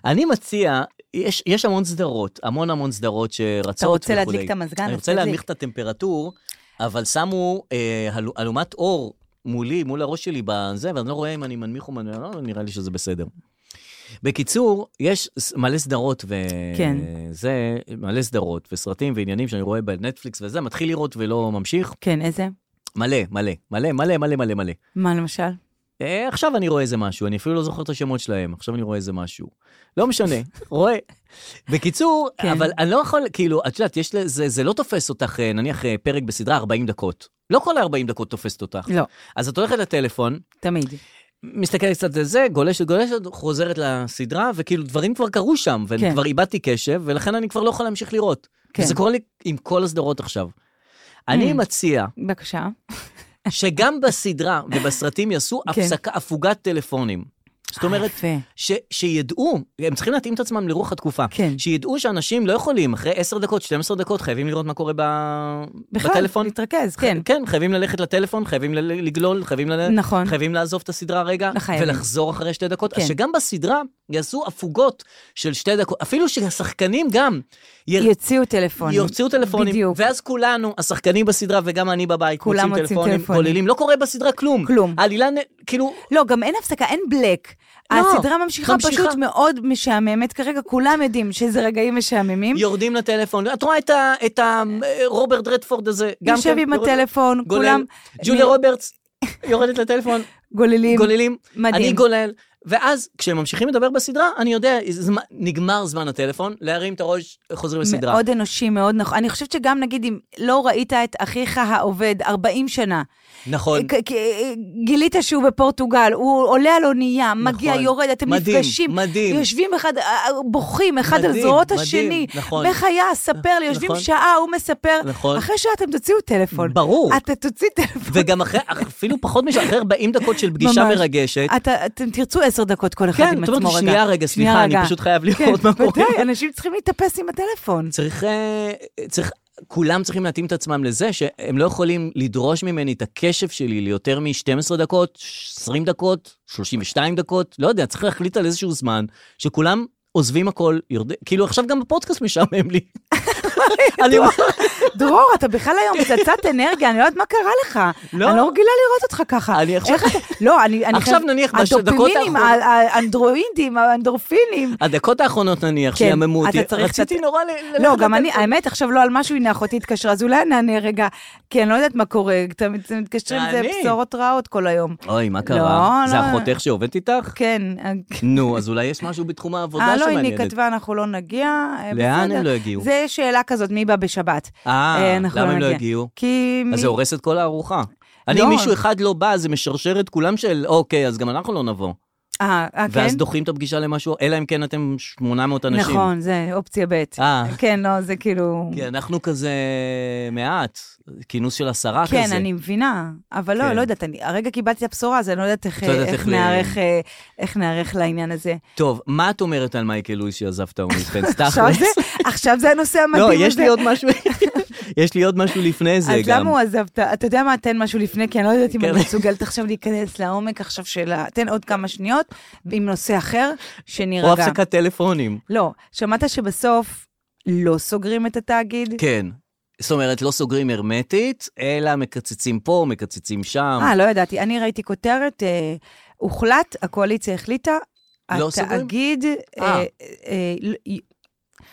אני מציע, יש, יש המון סדרות, המון המון סדרות שרצות וכולי. אתה רוצה להדליק את המזגן? אני אז רוצה תדליק. להנמיך את הטמפרטור, אבל שמו אה, הל- אלומת אור מולי, מול הראש שלי בזה, ואני לא רואה אם אני מנמיך או מנמיך, לא, נראה לי שזה בסדר. בקיצור, יש ס- מלא סדרות ו... כן. זה, מלא סדרות וסרטים ועניינים שאני רואה בנטפליקס וזה, מתחיל לראות ולא ממשיך. כן, איזה? מלא, מלא, מלא, מלא, מלא, מלא, מלא. מה למשל? אה, עכשיו אני רואה איזה משהו, אני אפילו לא זוכר את השמות שלהם, עכשיו אני רואה איזה משהו. לא משנה, (laughs) רואה. בקיצור, כן. כן. אבל אני לא יכול, כאילו, את יודעת, יש לזה, זה לא תופס אותך, אה, נניח אה, פרק בסדרה 40 דקות. לא כל ה-40 דקות תופסת אותך. לא, אז את הולכת לטלפון, תמיד. מסתכלת קצת על זה, גולשת, גולשת, חוזרת לסדרה, וכאילו דברים כבר קרו שם, כן. וכבר איבדתי קשב, ולכן אני כבר לא יכול להמשיך לראות. כן. Mm. כן. וזה קורה לי עם כל הסדרות עכשיו. אני מציע בבקשה. שגם בסדרה ובסרטים יעשו כן. אה, הפסקה, הפוגת טלפונים. זאת אומרת, יפה. ש, שידעו, הם צריכים להתאים את עצמם לרוח התקופה. כן. שידעו שאנשים לא יכולים, אחרי 10 דקות, 12 דקות, חייבים לראות מה קורה ב... בכלל, בטלפון. להתרכז, כן. כן, חייבים ללכת לטלפון, חייבים ל- לגלול, חייבים, ל... נכון. חייבים לעזוב את הסדרה רגע, לא חייבים. ולחזור אחרי שתי דקות. כן. אז שגם בסדרה יעשו הפוגות של שתי דקות, אפילו שהשחקנים גם יר... יוציאו טלפונים. יוציאו טלפונים, בדיוק. ואז כולנו, השחקנים בסדרה וגם אני בבית, כולם מוצאים מוצאים טלפונים, טלפונים. גוללים, לא קורה בסדרה כלום. כלום. העלילה, נ- כאילו, לא, גם אין הפסקה, אין בלק. לא, הסדרה ממשיכה ממשיכה. פשוט מאוד משעממת. כרגע כולם יודעים שזה רגעים משעממים. יורדים לטלפון, את רואה את, ה, את ה, רוברט רדפורד הזה, גם יושב עם יורד- הטלפון, גולל. כולם ג'וליה מ- (laughs) רוברטס יורדת לטלפון, גוללים. גוללים, מדהים. אני גולל, ואז כשהם ממשיכים לדבר בסדרה, אני יודע, זמ- נגמר זמן הטלפון, להרים את הראש, חוזרים לסדרה. מאוד אנושי, מאוד נכון. אני חושבת שגם, נגיד, אם לא ראית את אחיך העובד 40 שנה, נכון. אה, כ- כ- גילית שהוא בפורטוגל, הוא עולה על אונייה, מגיע, נכון. יורד, אתם מדהים, נפגשים, מדהים. יושבים אחד, אה, בוכים אחד על מדהים, זרועות מדהים, השני, נכון. בחייה, ספר לי, יושבים נכון. שעה, הוא מספר, נכון. אחרי שעה אתם תוציאו טלפון. ברור. אתה תוציא טלפון. וגם אחרי, אפילו פחות משנה, אחרי 40 דקות של פגישה ממש. מרגשת, אתה- אתם תרצו עשר דקות כל אחד כן, עם את אומרת עצמו לי, רגע. שנייה רגע, שנייה סליחה, אני רגע. פשוט חייב כן, לראות מה קורה. ודאי, אנשים צריכים להתאפס עם הטלפון. צריך, אה, צריך, כולם צריכים להתאים את עצמם לזה שהם לא יכולים לדרוש ממני את הקשב שלי ליותר מ-12 דקות, 20 דקות, 32 דקות, לא יודע, צריך להחליט על איזשהו זמן, שכולם עוזבים הכל, יורד... כאילו עכשיו גם בפודקאסט משעמם (laughs) לי. אני אומר, דרור, אתה בכלל היום פצצת אנרגיה, אני לא יודעת מה קרה לך. לא. אני לא רגילה לראות אותך ככה. אני עכשיו- איך אתה- לא, אני... אני עכשיו חייב- נניח בשדקות הדופימינים, האחרונות- ה- ה- האנדרואידים, לא, האנדורפינים. הדקות האחרונות נניח, כן, שיעממו אותי, אתה צריך רציתי קצת- נורא ל... לא, ללכת גם אני, לטלפון. האמת, עכשיו לא על משהו, הנה אחותי התקשרה, אז אולי נענה רגע, כי אני לא יודעת מה קורה, אתם אתם מתקשרים, זה תעני. בשורות רעות כל היום. אוי, מה קרה? לא, זה לא. אחותך שעובדת איתך? כן. נו, אז אולי יש משהו בתחום העבודה אה, לא, שמעניין. הנה היא כתבה, אנחנו לא נגיע. אה, לאן בסדר. הם לא הגיעו? זה שאלה כזאת, מי בא בשבת? אה, אה, אנחנו למה הם לא נגיע. הגיעו? כי... מי- אז זה הורס את כל הארוחה. אני, לא. אם מישהו אחד לא בא, זה משרשר את כולם של, אוקיי, אז גם אנחנו לא נבוא. אה, אה, כן? ואז דוחים את הפגישה למשהו, אלא אם כן אתם 800 אנשים. נכון, זה אופציה ב'. אה. כן, לא, זה כאילו... כי אנחנו כזה מעט, כינוס של עשרה כן, כזה. אני מבינה, אבל לא, כן. לא יודעת, אני הרגע קיבלתי את הבשורה, אז אני לא יודעת איך לא יודעת איך איך ל- נערך, אה, איך נערך לעניין הזה. טוב, מה את אומרת על מייקל לואיס שעזב את (laughs) האוניסטנס? עכשיו תכלס. זה- עכשיו זה הנושא המדהים לא, הזה. יש לי עוד משהו, (laughs) יש לי עוד משהו לפני זה אז גם. למה הוא עזב? את ה- אתה יודע מה, תן משהו לפני, כי אני לא יודעת אם כן. אני מסוגלת עכשיו להיכנס לעומק עכשיו של ה... תן עוד כמה שניות עם נושא אחר, שנירגע. או הפסקת טלפונים. לא, שמעת שבסוף לא סוגרים את התאגיד? כן. זאת אומרת, לא סוגרים הרמטית, אלא מקצצים פה, מקצצים שם. אה, לא ידעתי. אני ראיתי כותרת, אה, הוחלט, הקואליציה החליטה, לא סוגרים? התאגיד... אה. אה, אה, לא- י-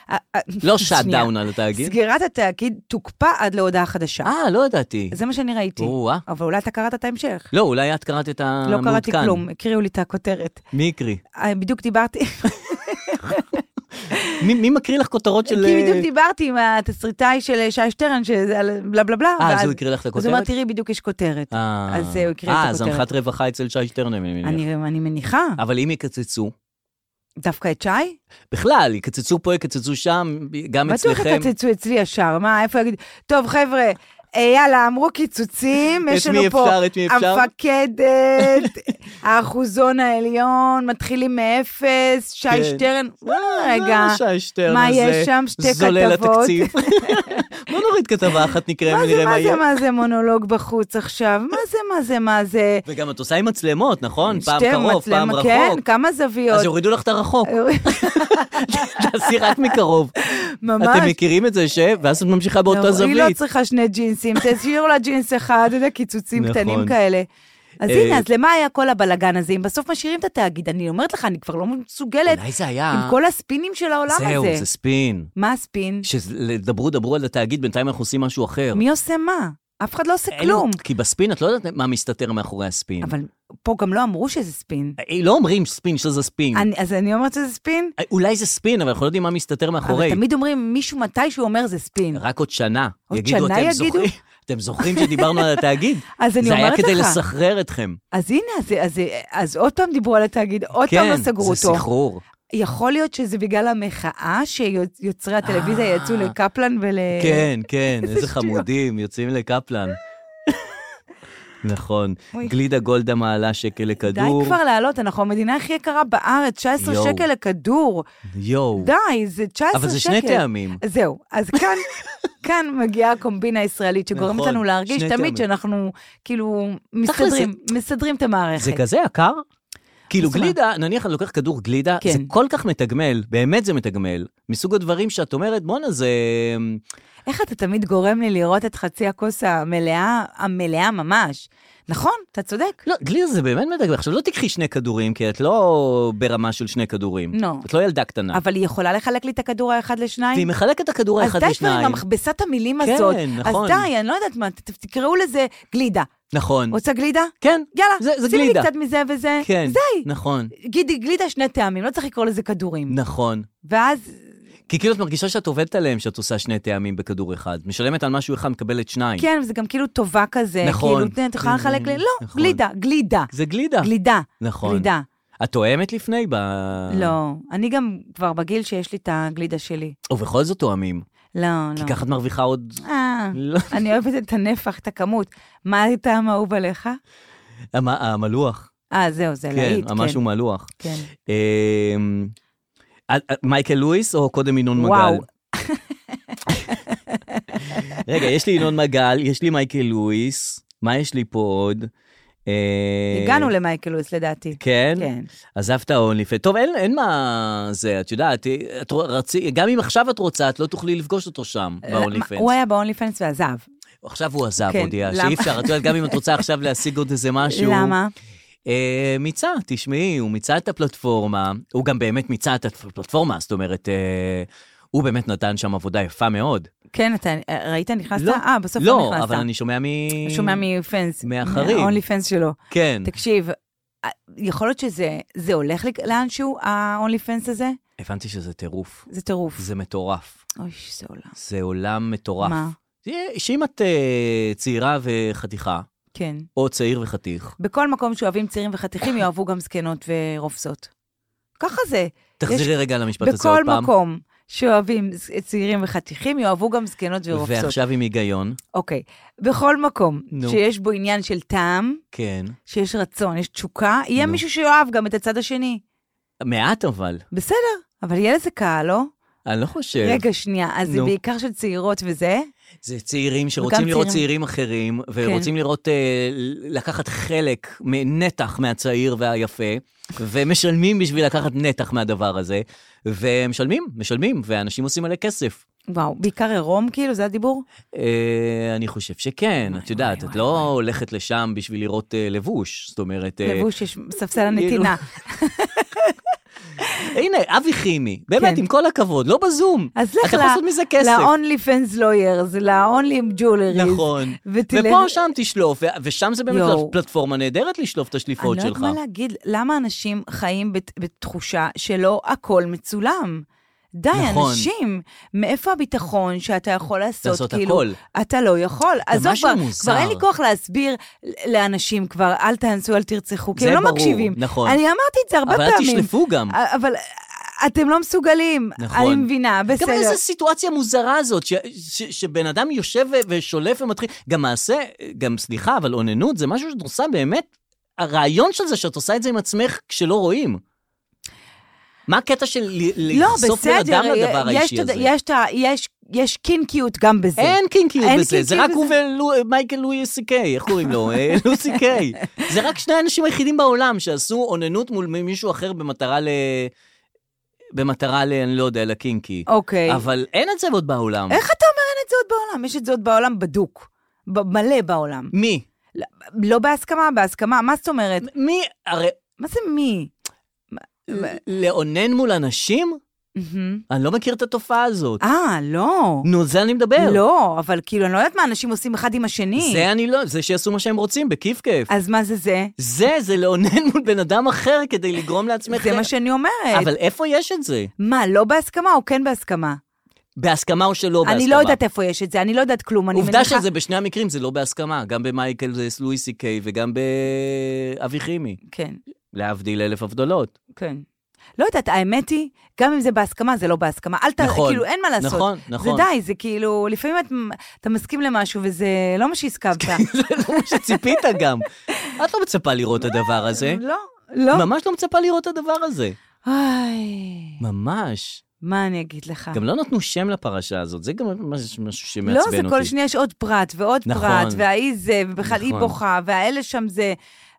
אה, אה, (laughs) (laughs) לא שנייה. שאט דאון על התאגיד. סגירת התאגיד תוקפא עד להודעה חדשה. אה, לא ידעתי. זה מה שאני ראיתי. או-אה. אבל אולי אתה קראת את ההמשך. לא, אולי את קראת את לא המעודכן. קראתי כלום, הקריאו לי את הכותרת. מי הקריא? אה, בדיוק (laughs) דיברתי, מי, מי מקריא לך כותרות של... כי בדיוק דיברתי עם התסריטאי של שי שטרן, שזה על בלה בלה בלה. אה, אז ואז- הוא הקריא לך את אז הוא אמר, הכותרת? תראי, בדיוק יש כותרת. אה, אז אה, הוא הקריא את אה, אז הכותרת. הנחת רווחה אצל שי שטרן, אני מניח. אני אני מניחה, אבל אם יקצצו, דווקא את שי? בכלל, יקצצו פה, יקצצו שם, גם בטוח אצלכם. יקצצו אצלי ישר, מה, איפה יגיד, טוב, חבר'ה, אה, יאללה, אמרו (laughs) קיצוצים, את יש מי לנו פה אפשר, את מי אפשר? המפקדת, (laughs) האחוזון העליון, מתחילים מאפס, שי כן. שטרן, מה, אה, רגע, מה אה, שי שטרן מה הזה? יש שם? שתי זולל כתבות. (laughs) התקציב. בוא נוריד כתבה אחת, נקרא מה זה, ונראה מה מה זה, יהיה. מה זה מונולוג בחוץ עכשיו? מה זה, מה זה, מה זה? וגם את עושה עם מצלמות, נכון? פעם שתי קרוב, פעם מצלמה, רחוק. כן, כמה זוויות. אז יורידו לך את (laughs) הרחוק, תעשי רק מקרוב. ממש. אתם מכירים את זה ש... ואז את ממשיכה באותה לא, זווית. היא לא צריכה שני ג'ינסים, תשאירו לה ג'ינס אחד, אתה יודע, קיצוצים נכון. קטנים כאלה. אז אה, הנה, אז למה היה כל הבלגן הזה? אם בסוף משאירים את התאגיד, אני אומרת לך, אני כבר לא מסוגלת אולי זה היה... עם כל הספינים של העולם אה. זהו, הזה. זה ספין. מה הספין? שדברו, דברו על התאגיד, בינתיים אנחנו עושים משהו אחר. מי עושה מה? אף אחד לא עושה אין- כלום. כי בספין את לא יודעת מה מסתתר מאחורי הספין. אבל פה גם לא אמרו שזה ספין. אה, לא אומרים ספין שזה ספין. אני- אז אני אומרת שזה ספין? אה, אולי זה ספין, אבל אנחנו לא יודעים מה מסתתר מאחורי. אבל תמיד אומרים, מישהו מתישהו אומר זה ספין. רק עוד שנה. עוד יגידו, שנה אתם יגידו?" זוכרים? אתם זוכרים שדיברנו על התאגיד? אז אני זה היה אומרת כדי לך. לסחרר אתכם. אז הנה, אז- אז- אז עוד פעם דיברו על התאגיד, עוד פעם לא סגרו כן, זה אותו. סחרור. יכול להיות שזה בגלל המחאה שיוצרי הטלוויזיה אה. יצאו לקפלן ול... כן, כן, איזה איזה שטויות. חמודים, יוצאים (laughs) לקפלן. נכון. אוי. גלידה גולדה מעלה שקל די לכדור. כבר לעלות, אנחנו המדינה הכי יקרה בארץ, 19 יואו. שקל לכדור. יואו. די, זה 19 שקל. אבל זה שני טעמים. זהו, אז (laughs) כאן, כאן מגיעה הקומבינה הישראלית שגורמת נכון, לנו להרגיש שני תמיד טעמים. שאנחנו כאילו תכל'ס, מסתדרים, מסדרים את המערכת. זה כזה יקר? כאילו זאת אומרת? גלידה, נניח אני לוקח כדור גלידה, לא כן. זה כל כך מתגמל, באמת זה מתגמל, מסוג הדברים שאת אומרת, בואנה זה... איך אתה תמיד גורם לי לראות את חצי הכוס המלאה, המלאה ממש? נכון, אתה צודק. לא, גלידה זה באמת מתגמל. עכשיו, לא תיקחי שני כדורים, כי את לא ברמה של שני כדורים. לא. את לא ילדה קטנה. אבל היא יכולה לחלק לי את הכדור האחד לשניים? והיא מחלקת את הכדור האחד אז די כבר עם לשניים. המכבסת המילים כן, הזאת. נכון. אז די, אני לא יודעת מה, ת- תקראו לזה גלידה. נכון. רוצה גלידה? כן, יאללה, זה- זה שימי לי גלידה. קצת מזה וזה. כן. די. נכון, גידי, גלידה שני טעמים, לא צריך לקרוא לזה כדורים. נכון. ואז, כי כאילו את מרגישה שאת עובדת עליהם, שאת עושה שני טעמים בכדור אחד. משלמת על משהו אחד, מקבלת שניים. כן, זה גם כאילו טובה כזה. נכון. כאילו, תראה, את יכולה לחלק ל... לא, נכון. גלידה, גלידה. זה גלידה. גלידה, נכון. אה. גלידה. את תואמת לפני ב... לא, אני גם כבר בגיל שיש לי את הגלידה שלי. ובכל זאת תואמים. לא, כי לא. ככה את מרוויחה עוד... אה, לא. אני אוהבת את הנפח, את הכמות. מה הטעם האהוב עליך? המ- המלוח. אה, זהו, זה כן, להיט, כן. המשהו מלוח. כן. אמ, את- את- מייקל לואיס או קודם ינון מגל? וואו. (laughs) רגע, יש לי ינון מגל, יש לי מייקל לואיס, מה יש לי פה עוד? אה, הגענו למייקל לואיס, לדעתי. כן? כן. עזבת אונליפי. טוב, אין, אין מה זה, את יודעת, את רצי, גם אם עכשיו את רוצה, את לא תוכלי לפגוש אותו שם, באונליפנס. אה, הוא היה באונלי פנס ועזב. עכשיו הוא עזב, כן, הודיע, למה? שאי אפשר, את יודעת, גם אם את רוצה עכשיו להשיג עוד איזה משהו. למה? אה, מיצה, תשמעי, הוא מיצה את הפלטפורמה, הוא גם באמת מיצה את הפלטפורמה, זאת אומרת, אה, הוא באמת נתן שם עבודה יפה מאוד. כן, אתה אה, ראית נכנסת? לא, אה, בסוף לא נכנסת. לא, אבל אני שומע מ... שומע מפנס. מאחרים. מהאונלי פנס שלו. כן, תקשיב, אה, יכול להיות שזה זה הולך לק- לאנשהו, האונלי פנס הזה? הבנתי שזה טירוף. זה טירוף. זה מטורף. אוי, זה עולם. זה עולם מטורף. מה? זה- שאם את אה, צעירה וחתיכה, כן. או צעיר וחתיך, בכל מקום שאוהבים צעירים וחתיכים, יאהבו גם זקנות ורופסות. ככה זה. תחזרי רגע למשפט הזה עוד בכל פעם. מקום שאוהבים ז- צעירים וחתיכים, יאהבו גם זקנות ורופסות. ועכשיו עם היגיון, אוקיי. בכל מקום נו. שיש בו עניין של טעם, כן. שיש רצון, יש תשוקה, יהיה נו. מישהו שיאהב גם את הצד השני. מעט אבל, בסדר, אבל יהיה לזה קהל, לא? אני לא חושב. רגע, שנייה, אז זה נו. בעיקר של צעירות וזה? זה צעירים שרוצים וגם לראות צעירים. כן. צעירים אחרים, ורוצים לראות, אה, לקחת חלק, מ- נתח מהצעיר והיפה, ומשלמים בשביל לקחת נתח מהדבר הזה, ומשלמים, משלמים, ואנשים עושים עליה כסף. וואו, בעיקר עירום, כאילו, זה הדיבור? אה, אני חושב שכן, את יודעת, וואי, את לא הולכת לשם בשביל לראות אה, לבוש, זאת אומרת... אה, לבוש, יש ספסל כאילו- הנתינה. הנה, אבי חימי, באמת, כן. עם כל הכבוד, לא בזום. אז לך אתה יכול ל- לעשות מזה כסף. ל-only fans lawyers, ל-only jewelries. נכון. ותלך- ופה שם תשלוף, ו- ושם זה באמת יואו. פלטפורמה נהדרת לשלוף את השליפות אני לא שלך. יודעת מה להגיד, למה אנשים חיים בת, בתחושה שלא הכל מצולם? די, נכון. אנשים, מאיפה הביטחון שאתה יכול לעשות, לעשות כאילו, הכל. אתה לא יכול. עזוב, משהו כבר, מוזר. כבר אין לי כוח להסביר לאנשים כבר, אל תאנסו, אל תרצחו, כי זה הם לא ברור, מקשיבים. נכון. אני אמרתי את זה הרבה אבל אל פעמים. אה, תשלפו גם. אבל אתם לא מסוגלים. נכון. אני מבינה, גם בסדר. איזה סיטואציה מוזרה הזאת, ש, ש, שבן אדם יושב ו- ושולף ומתחיל, גם מעשה, גם סליחה, אבל אוננות זה משהו שאת עושה באמת, הרעיון של זה שאת עושה את זה עם עצמך כשלא רואים. מה הקטע של ל- לחשוף בן אדם אה, לדבר לא, יש האישי את- הזה? יש את ה- יש- יש קינקיות גם בזה. אין קינקיות אין בזה, זה קינקיות רק הוא ומייקל לואי סי קיי, איך קוראים לו? אה, (laughs) לואי סי קיי. זה רק שני האנשים היחידים בעולם שעשו אוננות מול מישהו אחר במטרה ל... במטרה ל... אני לא יודע, לקינקי. אוקיי. אבל אין את זה עוד בעולם. איך אתה אומר אין את זה עוד בעולם? יש את זה עוד בעולם בדוק. ב- מלא בעולם. מי? לא בהסכמה, בהסכמה, מה זאת אומרת? מי? הרי מה זה מי? לאונן מול אנשים? מהמם. אני לא מכיר את התופעה הזאת. אה, לא. נו, זה אני מדבר. לא, אבל כאילו, אני לא יודעת מה אנשים עושים אחד עם השני. זה אני לא, זה שיעשו מה שהם רוצים, בכיף כיף. אז מה זה זה? זה, זה לאונן מול בן אדם אחר כדי לגרום לעצמך... זה מה שאני אומרת. אבל איפה יש את זה? מה, לא בהסכמה או כן בהסכמה? בהסכמה או שלא בהסכמה? אני לא יודעת איפה יש את זה, אני לא יודעת כלום. אני עובדה מניחה- שזה בשני המקרים, זה לא בהסכמה, גם במייקל זה לואי סי קיי וגם באבי חימי, כן, להבדיל אלף הבדלות. כן. לא יודעת, האמת היא, גם אם זה בהסכמה, זה לא בהסכמה. אל ת... נכון, כאילו, אין מה לעשות. נכון, נכון. זה די, זה כאילו, לפעמים את, אתה מסכים למשהו וזה לא מה שהסכמת. (laughs) זה לא מה שציפית גם. את לא מצפה לראות את הדבר הזה. לא, לא. ממש לא מצפה לראות את הדבר הזה. אוי, ממש. מה אני אגיד לך? גם לא נתנו שם לפרשה הזאת, זה גם ממש משהו שמעצבן לא, אותי. זה כל שנייה יש עוד פרט ועוד נכון. פרט, והאי זה, ובכלל היא נכון. בוכה, והאלה שם זה...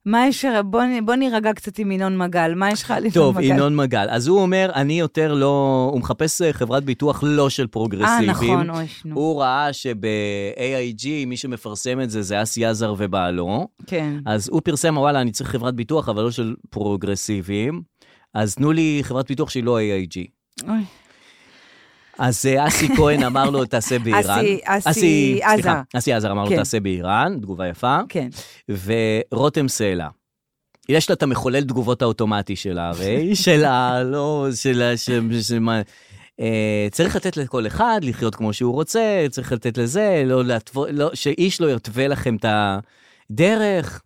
מה יש, בוא, נ- בוא נירגע קצת עם ינון מגל, מה יש לך על ינון טוב, מגל? ינון מגל. אז הוא אומר, אני יותר לא... הוא מחפש אה, חברת ביטוח לא של פרוגרסיבים. אה, נכון, אוי, נו. הוא ראה שב-AIG, מי שמפרסם את זה זה אסי עזר ובעלו. כן. אז הוא פרסם, וואלה, אני צריך חברת ביטוח, אבל לא של פרוגרסיביים. אז תנו לי חברת ביטוח שהיא לא AIG. אוי. אז אה, (laughs) אסי כהן אמר לו, תעשה באיראן. אסי- אסי סליחה, עזר. אסי עזר אמר לו, כן. תעשה באיראן, תגובה יפה. כן. ורותם סלע. יש לה את המחולל תגובות האוטומטי שלה, הרי, (laughs) של ה... לא, של ה... ש- ש- מה- אה, צריך לתת לכל אחד לחיות כמו שהוא רוצה, צריך לתת לזה, לא להתוו... לא, שאיש לא ירתווה לכם את הדרך.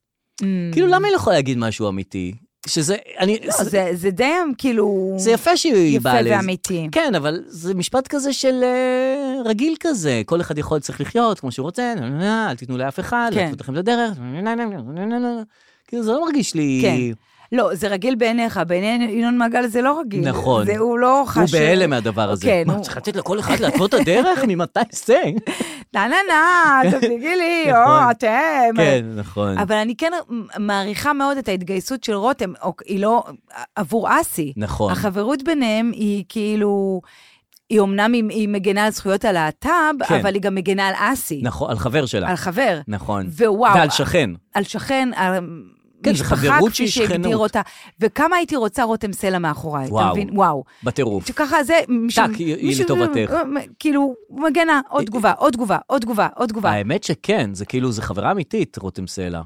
כאילו, למה היא לא יכולה להגיד משהו אמיתי? שזה, אני... Mm. לא, זה, זה די, כאילו... זה יפה שהיא יפה באה לזה. ואמיתי. כן, אבל זה משפט כזה של אה, רגיל כזה, כל אחד יכול, צריך לחיות כמו שהוא רוצה, נה, נה, נה, אל תיתנו לאף אחד, כן. לא תתנו לכם את הדרך, נה, נה, נה, נה, נה, נה. כאילו זה לא מרגיש לי... כן. לא, זה רגיל בעיניך, בעיני ינון מגל זה לא רגיל. נכון. זה, הוא לא חש... הוא בהלם מהדבר הזה. כן, מה, הוא- צריך לתת לכל אחד להתוות את הדרך? ממתי (laughs) זה? נה נה נה, (laughs) תגידי לי, נכון. או, אתם. כן, נכון. אבל אני כן מעריכה מאוד את ההתגייסות של רותם, או- היא לא עבור אסי. נכון. החברות ביניהם היא כאילו, היא אמנם היא- היא מגנה על זכויות הלהט"ב, כן. אבל היא גם מגנה על אסי, נכון, על חבר שלה. על חבר. נכון. ווואו. ועל שכן. על שכן, על כן, זה משפחה חברות כפי שהיא שכנות. שהגדיר אותה. וכמה הייתי רוצה רותם סלע מאחוריי, אתה וואו. מבין? וואו. בטירוף. שככה זה... מישהו- היא- היא מישהו- לטובתך. אה, כאילו, מגנה, עוד תגובה, עוד תגובה, עוד תגובה, עוד תגובה. האמת שכן, זה כאילו, זה חברה אמיתית, רותם סלע.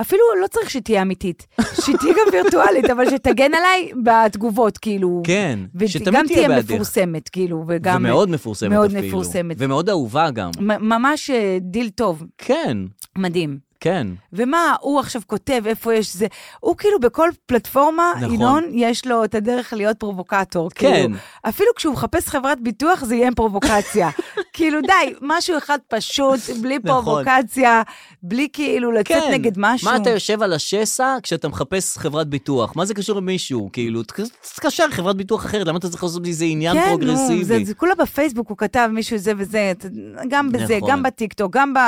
אפילו לא צריך שתהיה אמיתית, שתהיה גם וירטואלית, אבל שתגן עליי בתגובות, כאילו. כן, וגם שתמיד תהיה תהיה בעדך. מפורסמת, כאילו, וגם... ומאוד מפורסמת מאוד אפילו. מפורסמת. ומאוד אהובה גם. מ- ממש אה, דיל טוב, כן, מדהים. כן. ומה הוא עכשיו כותב, איפה יש זה. הוא כאילו בכל פלטפורמה, נכון. ינון, יש לו את הדרך להיות פרובוקטור. כן. כאילו, אפילו כשהוא מחפש חברת ביטוח, זה יהיה עם (laughs) פרובוקציה. כאילו, די, משהו אחד פשוט, בלי נכון. פרובוקציה, בלי כאילו לצאת כן. נגד משהו. מה אתה יושב על השסע כשאתה מחפש חברת ביטוח? מה זה קשור למישהו? כאילו, ת- תתקשר לחברת ביטוח אחרת, למה אתה צריך לעשות מזה עניין כן, פרוגרסיבי? נו, זה, זה כולה בפייסבוק, הוא כתב מישהו זה וזה, אתה- גם בזה, נכון. גם בטיקטוק, גם, ב,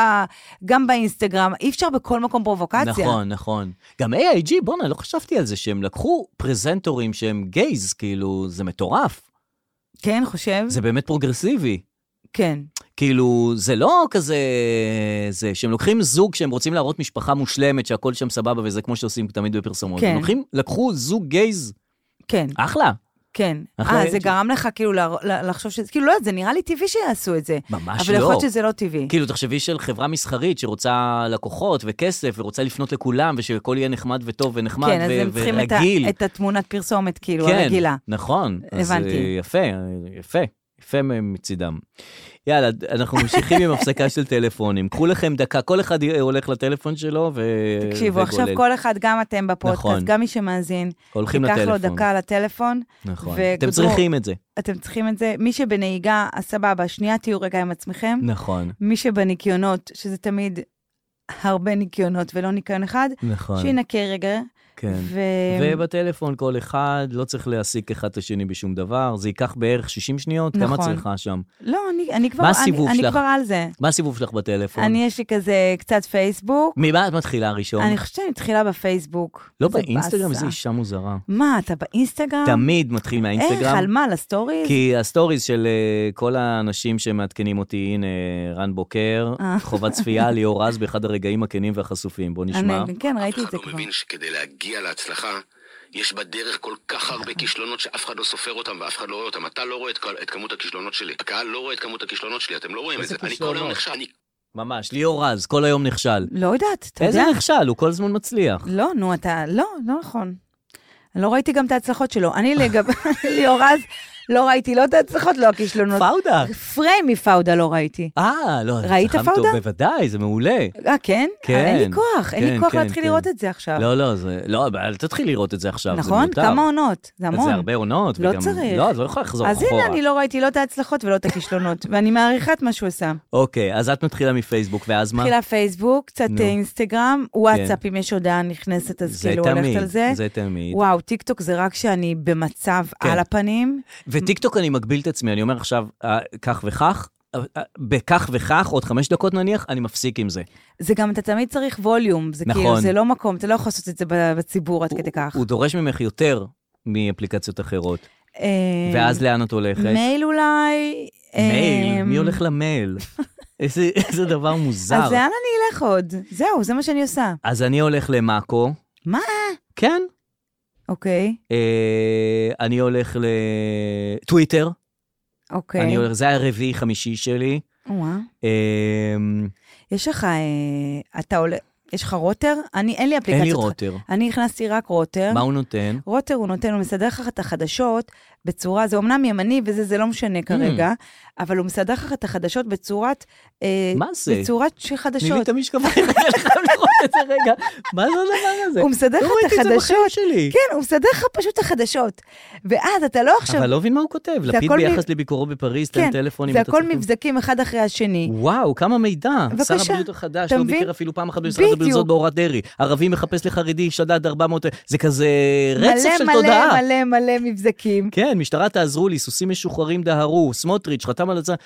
גם באינסטגרם, אי אפשר בכל מקום פרובוקציה. נכון, נכון. גם AIG, בואנה, לא חשבתי על זה שהם לקחו פרזנטורים שהם גייז, כאילו, זה מטורף. כן, חושב? זה באמת פרוגרסיבי. כן. כאילו, זה לא כזה... זה שהם לוקחים זוג שהם רוצים להראות משפחה מושלמת, שהכל שם סבבה, וזה כמו שעושים תמיד בפרסומות. כן. הם לוקחים, לקחו זוג גייז, כן, אחלה. כן. אחלה אה, זה AIG. גרם לך כאילו ל- ל- לחשוב שזה, כאילו, לא יודעת, זה נראה לי טבעי שיעשו את זה. ממש אבל לא. יכול להיות שזה לא טבעי. כאילו, תחשבי של חברה מסחרית שרוצה לקוחות וכסף ורוצה לפנות לכולם, ושהכל יהיה נחמד וטוב ונחמד כן, אז ו- הם צריכים את, ורגיל. ה- את התמונת פרסומת, כאילו, כן, הרגילה. נכון. אז, הבנתי. אה, יפה, יפה. יפה מהם מצידם. יאללה, אנחנו ממשיכים עם הפסקה של טלפונים. קחו לכם דקה, כל אחד אה, הולך לטלפון שלו ו... תקשיבו, וגולל. עכשיו כל אחד, גם אתם בפודקאסט, נכון. גם מי שמאזין, הולכים ייקח לטלפון. לו דקה לטלפון, נכון. וגודרו- אתם צריכים את זה. אתם צריכים את זה. מי שבנהיגה, אז סבבה, שנייה תהיו רגע עם עצמכם. נכון, מי שבניקיונות, שזה תמיד הרבה ניקיונות ולא ניקיון אחד, נכון. שינקה רגע. כן. ו... ובטלפון כל אחד, לא צריך להעסיק אחד את השני בשום דבר, זה ייקח בערך 60 שניות, כמה נכון. צריכה שם? לא, אני, אני כבר, מה הסיבוב אני, אני שלך? נכון. כבר על זה. מה הסיבוב שלך בטלפון? אני, יש לי כזה קצת פייסבוק. ממה את מתחילה ראשון? אני חושבת שאני מתחילה בפייסבוק. לא זה באינסטגרם, באסה. איזו אישה מוזרה. מה, אתה באינסטגרם? תמיד מתחיל איך, מהאינסטגרם. על מה, לסטוריז? כי הסטוריז של אה, כל האנשים שמעדכנים אותי, הנה, רן בוקר, אה. חובת (laughs) צפייה, ליאור רז באחד הרגעים הכנים והחשופים. בוא נשמע. אני- כן, ראיתי את זה לא כבר. מבין שכדי להגיע להצלחה, יש בדרך כל כך הרבה כישלונות שאף אחד לא סופר אותם ואף אחד לא רואה אותם. אתה לא רואה את, כל- את כמות הכישלונות שלי. הקהל לא רואה את כמות הכישלונות שלי, אתם לא רואים את איזה זה. אני כל היום כישלונות? נכשל, אני ממש, ליאור רז, כל היום נכשל. לא יודעת, אתה איזה יודע? נכשל? הוא כל הזמן מצליח. לא, נו, אתה, לא, לא נכון. אני לא ראיתי גם את ההצלחות שלו. אני לגבי (laughs) ליאור רז, לא ראיתי לא את ההצלחות, לא הכישלונות. פאודה. פריים מפאודה לא ראיתי. אה, לא, זה ראית חכם טוב, פאודה? בוודאי, זה מעולה. אה, כן? כן, אה, אין לי כוח, אין לי כן, כוח כן, להתחיל כן. לראות את זה עכשיו. לא, לא, זה... לא, אבל אל תתחיל לראות את זה עכשיו, זה אה. נכון? מיותר. כמה עונות? זה המון. זה הרבה עונות. לא וגם- צריך. לא, את לא יכולה לחזור אז אחורה. הנה, אני לא ראיתי לא את ההצלחות ולא את הכישלונות, (laughs) ואני מעריכה את מה שהוא עשה. אוקיי, אז את מתחילה מפייסבוק, ואז מה? התחילה פייסבוק, קצת נו. כן. אה, אינסטגרם, וואטסאפ, אם יש הודעה נכנסת, אז זה כאילו הולכת תמיד, על זה. זה תמיד. וואו, טיקטוק זה רק כשאני במצב כן. על הפנים. וטיקטוק אני מגביל את עצמי, אני אומר עכשיו, אה, כך וכך, אה, אה, בכך וכך, עוד חמש דקות נניח, אני מפסיק עם זה. זה גם, אתה תמיד צריך ווליום, זה נכון. כאילו, זה לא מקום, אתה לא יכול לעשות את זה ב- בציבור עד הוא- כדי כך. הוא דורש ממך יותר מאפליקציות אחרות. אה, ואז לאן את הולכת? מייל אולי. מייל? אה, מי הולך (laughs) למייל? איזה איזה דבר מוזר. אז לאן אני אלך עוד? זהו, זה מה שאני עושה. אז אני הולך למאקו. מה? כן. אוקיי, אה, אני הולך לטוויטר. אוקיי. אני הולך, זה הרביעי-חמישי שלי. וואה. אה, יש לך, אה, אתה עולה, יש לך רוטר? אני, אין לי אפליקציות. אין לי רוטר. אני הכנסתי רק רוטר. מה הוא נותן? רוטר הוא נותן, הוא מסדר לך את החדשות בצורה, זה אמנם ימני וזה, זה לא משנה כרגע, אבל הוא מסדר לך את החדשות בצורת... אה, Hmm. מה זה? בצורת של תני לי חדשות. את המשקפיים, אני חייב לראות את זה רגע. מה זה הדבר הזה? הוא מסדר לך לא את ראיתי את זה בחיים החדשות. שלי. כן, הוא מסדר לך פשוט את החדשות. ואז אתה לא עכשיו... אבל לא מבין מה הוא כותב. זה לפיד הכל מ- ביחס לביקורו בפריז, תן כן, טלפון אם זה אתה הכל צריך... מבזקים אחד אחרי השני. וואו, כמה מידע. שר בבקשה, הבריאות החדש אתה לא מבין? ביקר אפילו פעם אחת במשרד הבריאות, זאת בדיוק. בהוראת דרעי. ערבי מחפש לחרדי, שדד 400... זה כזה רצף של מלא תודעה. מלא מלא מלא מבזקים. כן, משטרה תעזרו לי, סוסים משוחררים דהרו, סמוטריץ' חתם על הצעה.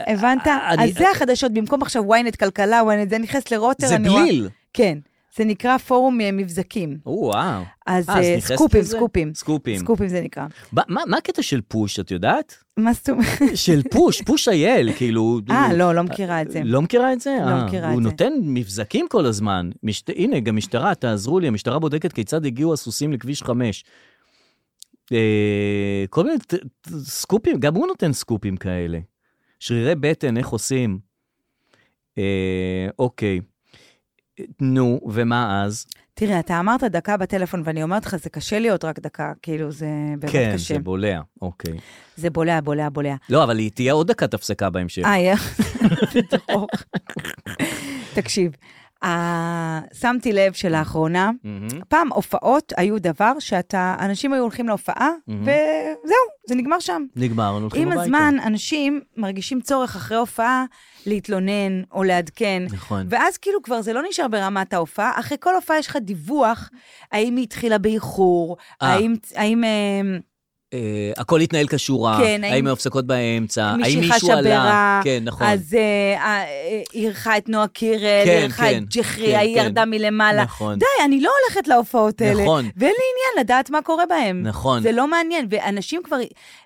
הבנת? אה, אני- אז זה החדשות, במקום עכשיו ynet כלכלה, ynet, זה נכנס לרוטר. זה אני רואה- בליל. כן. זה נקרא פורום אה, מבזקים. או, וואו. אז אה, אז אה, נכנסת סקופים, לזה? סקופים. סקופים. סקופים זה נקרא. ב- מה מה הקטע של פוש, את יודעת? מה (laughs) זאת אומרת? של פוש, פוש אייל, כאילו... אה, לא, לא מכירה את זה. לא מכירה את זה? לא אה, מכירה הוא את זה. נותן מבזקים כל הזמן. משט... הנה, גם משטרה, תעזרו לי, המשטרה בודקת כיצד הגיעו הסוסים לכביש 5. אה, כל מיני ט- ט- סקופים, גם הוא נותן סקופים כאלה. שרירי בטן, איך עושים? אה, אוקיי. נו, ומה אז? תראה, אתה אמרת דקה בטלפון, ואני אומרת לך, זה קשה להיות רק דקה, כאילו, זה באמת כן, קשה. זה בולע, אוקיי. זה בולע, בולע, בולע. לא, אבל היא תהיה עוד דקת הפסקה בהמשך. (laughs) אה, יא. דרור. תקשיב, אה, שמתי לב שלאחרונה, מהמם. פעם הופעות היו דבר שאתה, אנשים היו הולכים להופעה, וזהו, זה נגמר שם. נגמר, הולכים עם הביתה. הזמן, אנשים מרגישים צורך אחרי הופעה להתלונן או לעדכן. נכון. ואז כאילו כבר זה לא נשאר ברמת ההופעה, אחרי כל הופעה יש לך דיווח, האם היא התחילה באיחור, אה. האם, האם אה, אה, הכל התנהל כשורה, כן, האם- האם הפסקות באמצע, אה, האם מישהי מישהו חשה עלה, ברע, כן, נכון, אז אה, אה, אה, אירחה את נועה קירל, כן, אירחה כן, את ג'חרי, כן, ההיא כן. ירדה מלמעלה. נכון. די, אני לא הולכת להופעות האלה. נכון. ואין לי עניין לדעת מה קורה בהם. נכון. זה לא מעניין, ואנשים כבר...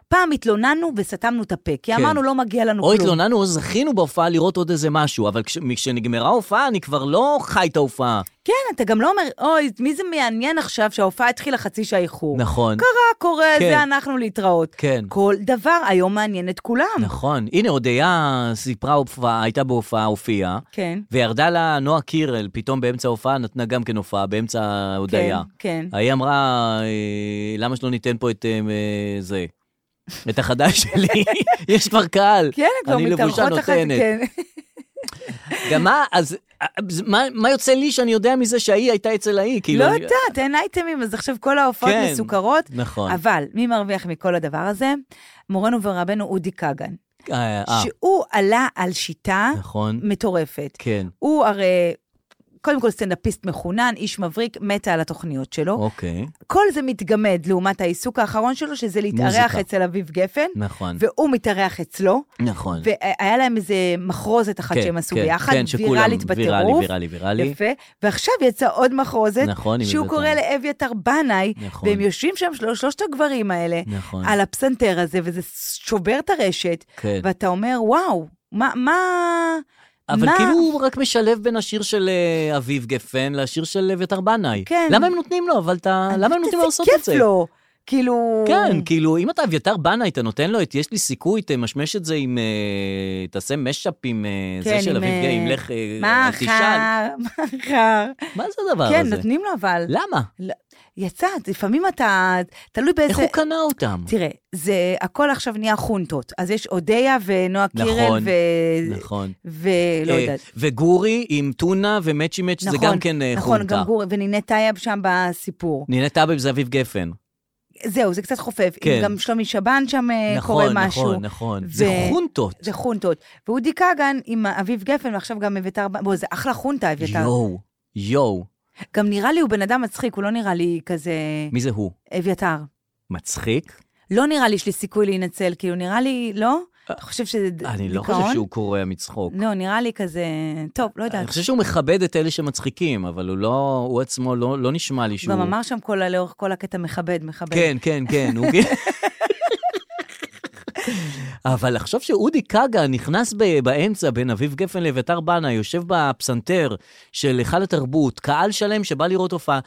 פעם התלוננו וסתמנו את הפה, כי כן. אמרנו לא מגיע לנו או כלום. התלוננו או זכינו בהופעה לראות עוד איזה משהו, אבל כש- כשנגמרה ההופעה, אני כבר לא חי את ההופעה. כן, אתה גם לא אומר, אוי, מי זה מעניין עכשיו שההופעה התחילה חצי שעה איחור. נכון, קרה, קורה, כן. זה אנחנו להתראות. כן. כל דבר היום מעניין את כולם. נכון. הנה, הודיה סיפרה הופעה, הייתה בהופעה, הופיעה, כן. וירדה לה נועה קירל, פתאום באמצע ההופעה נתנה גם כן הופעה, באמצע הודיה. כן. היא אמרה, אה, למה שלא ניתן פה את אה, זה? את החדש (laughs) שלי, יש כבר קהל. כן, הן כבר אני לבושה מתארחות אחת, נותנת. כן. גם מה, אז אה, זה- מה- מה יוצא לי שאני יודע מזה שההיא הייתה אצל ההיא? כאילו, לא אני- יודעת, אין אייטמים, אז עכשיו כל ההופעות כן. מסוכרות. נכון. אבל מי מרוויח מכל הדבר הזה? מורנו ורבנו אודי כגן, אה, אה, שהוא עלה על שיטה נכון. מטורפת. כן, הוא הרי, קודם כל סטנדאפיסט מחונן, איש מבריק, מתה על התוכניות שלו. אוקיי, כל זה מתגמד לעומת העיסוק האחרון שלו, שזה להתארח מוזיקה. אצל אביב גפן, נכון, והוא מתארח אצלו, נכון. והיה להם איזה מחרוזת אחת כן, שהם עשו כן, ביחד, כן, שכולם ויראלית ויראלי, בטירוף. ויראלי, ויראלי. יפה, ועכשיו יצא עוד מחרוזת, נכון, עם שהוא אביתר. קורא לאביתר בנאי, נכון. והם יושבים שם, שלוש- שלושת הגברים האלה, נכון. על הפסנתר הזה, וזה שובר את הרשת, כן. ואתה אומר, וואו, מה, מה, אבל מה, כאילו הוא רק משלב בין השיר של אה, אביב גפן לשיר של אביתר בנאי. כן. למה הם נותנים לו? אבל אתה... אה, למה הם נותנים לו לעשות את כיף זה? לו, כאילו... כן, כאילו, אם אתה אביתר בנאי, אתה נותן לו את יש לי סיכוי, תמשמש את זה עם... אה, תעשה משאפ עם אה, כן, זה של עם, אביב אה, גפן, עם לך... אה, אל אה, תשאל. מחר, מחר. מה זה הדבר כן, הזה? נותנים לו, אבל... למה? לא, יצא, לפעמים אתה... תלוי באיזה... איך הוא קנה אותם? תראה, זה הכל עכשיו נהיה חונטות. אז יש אודיה ונועה קירל נכון, ו... נכון. ולא אה, לא יודעת. וגורי עם טונה ומצ'י מצ' זה נכון, גם כן אה, נכון, חונטה. גם גור, ונינת טייב שם בסיפור. נינה טאבב זה אביב גפן. זהו, זה קצת חופף. כן. כן. גם שלומי שבן שם אה, קורה נכון, משהו. נכון, נכון. ו- זה חונטות. זה חונטות. ואודי כגן עם אביב גפן, ועכשיו גם אביתר... בן- בוא, זה אחלה חונטה, אביתר. יואו, יואו. גם נראה לי הוא בן אדם מצחיק, הוא לא נראה לי כזה... מי זה הוא? אביתר. מצחיק? לא נראה לי שיש לי סיכוי להינצל, כאילו, נראה לי, לא? אתה חושב שזה ד- דיכאון? אה, אני לא חושב שהוא קורע מצחוק. לא, נראה לי כזה... טוב, לא יודעת. אני חושב שהוא מכבד את אלה שמצחיקים, אבל הוא לא, הוא עצמו לא, לא נשמע לי שהוא... הוא גם אמר שם כל ה- לאורך כל הקטע מכבד, מכבד. כן, כן, כן, הוא... (laughs) אבל לחשוב שאודי קאגה נכנס ב- באמצע בין אביב גפן לאביתר בנה, יושב בפסנתר של היכל התרבות, קהל שלם שבא לראות הופעה.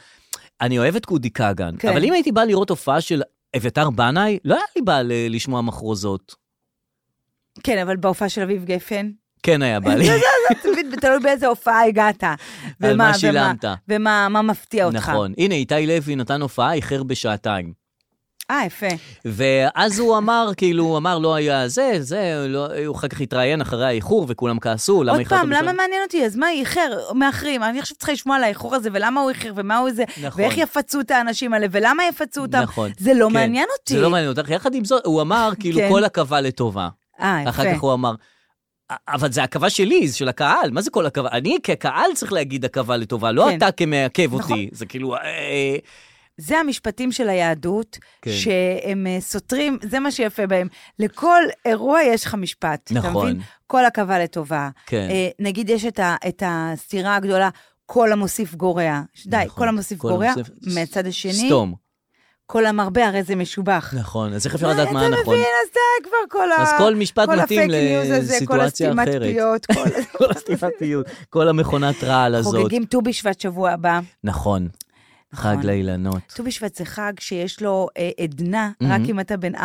אני אוהב את אודי קאגן, כן. אבל אם הייתי בא לראות הופעה של אביתר בנאי, לא היה לי בא ל- לשמוע מחרוזות. כן, אבל בהופעה של אביב גפן, כן היה (laughs) בא לי. אתה מבין, תלוי באיזה הופעה הגעת. מה ומה- שילמת. ומה- ומה מה מפתיע אותך. נכון. הנה, איתי לוי נתן הופעה, איחר בשעתיים. אה, יפה. ואז הוא אמר, (laughs) כאילו, הוא אמר, לא היה זה, זה, לא, הוא אחר כך התראיין אחרי האיחור, וכולם כעסו, למה עוד איחרת פעם, למה בשעתיים?" מעניין אותי? אז מה, איחר, מאחרים. אני עכשיו צריכה לשמוע על האיחור הזה, ולמה הוא איחר, ומה הוא זה, נכון. ואיך יפצו את האנשים האלה, ולמה יפצו אותם. נכון. זה לא כן. מעניין אותי. זה לא מעניין אותך. יחד עם זאת, הוא (laughs) אמר, כאילו, כן. כל עכבה לטובה. אה, יפה. אחר כך הוא אמר, "א- אבל זה עכבה שלי, זה של הקהל, מה זה כל עכבה? אני כקהל צריך להגיד עכבה לטובה, לא כן. אתה כמעכב אותי. נכון. זה כאילו... אה, אה, זה המשפטים של היהדות, כן. שהם אה, סותרים, זה מה שיפה בהם. לכל אירוע יש לך משפט. אתה נכון. מבין? כל עכבה לטובה. כן. אה, נגיד יש את, ה, את הסתירה הגדולה, כל המוסיף גורע. די, נכון. כל המוסיף כל גורע, המוסיף- מהצד השני, סתום. כל המרבה הרי זה משובח. נכון, אז איך אפשר מה, לדעת מה לא, אתה נכון? מבין, אז די כבר כל ה... אז כל משפט כל מתאים הפייק ניוז הזה, כל לסיטואציה הסתימת אחרת. פיות, כל... (laughs) כל הסתימתיות, כל המכונת רעל הזאת. חוגגים ט"ו בשבט שבוע הבא. נכון. חג לאילנות. ט"ו בשבט זה חג שיש לו אה, עדנה, רק אם אתה בן 4-5,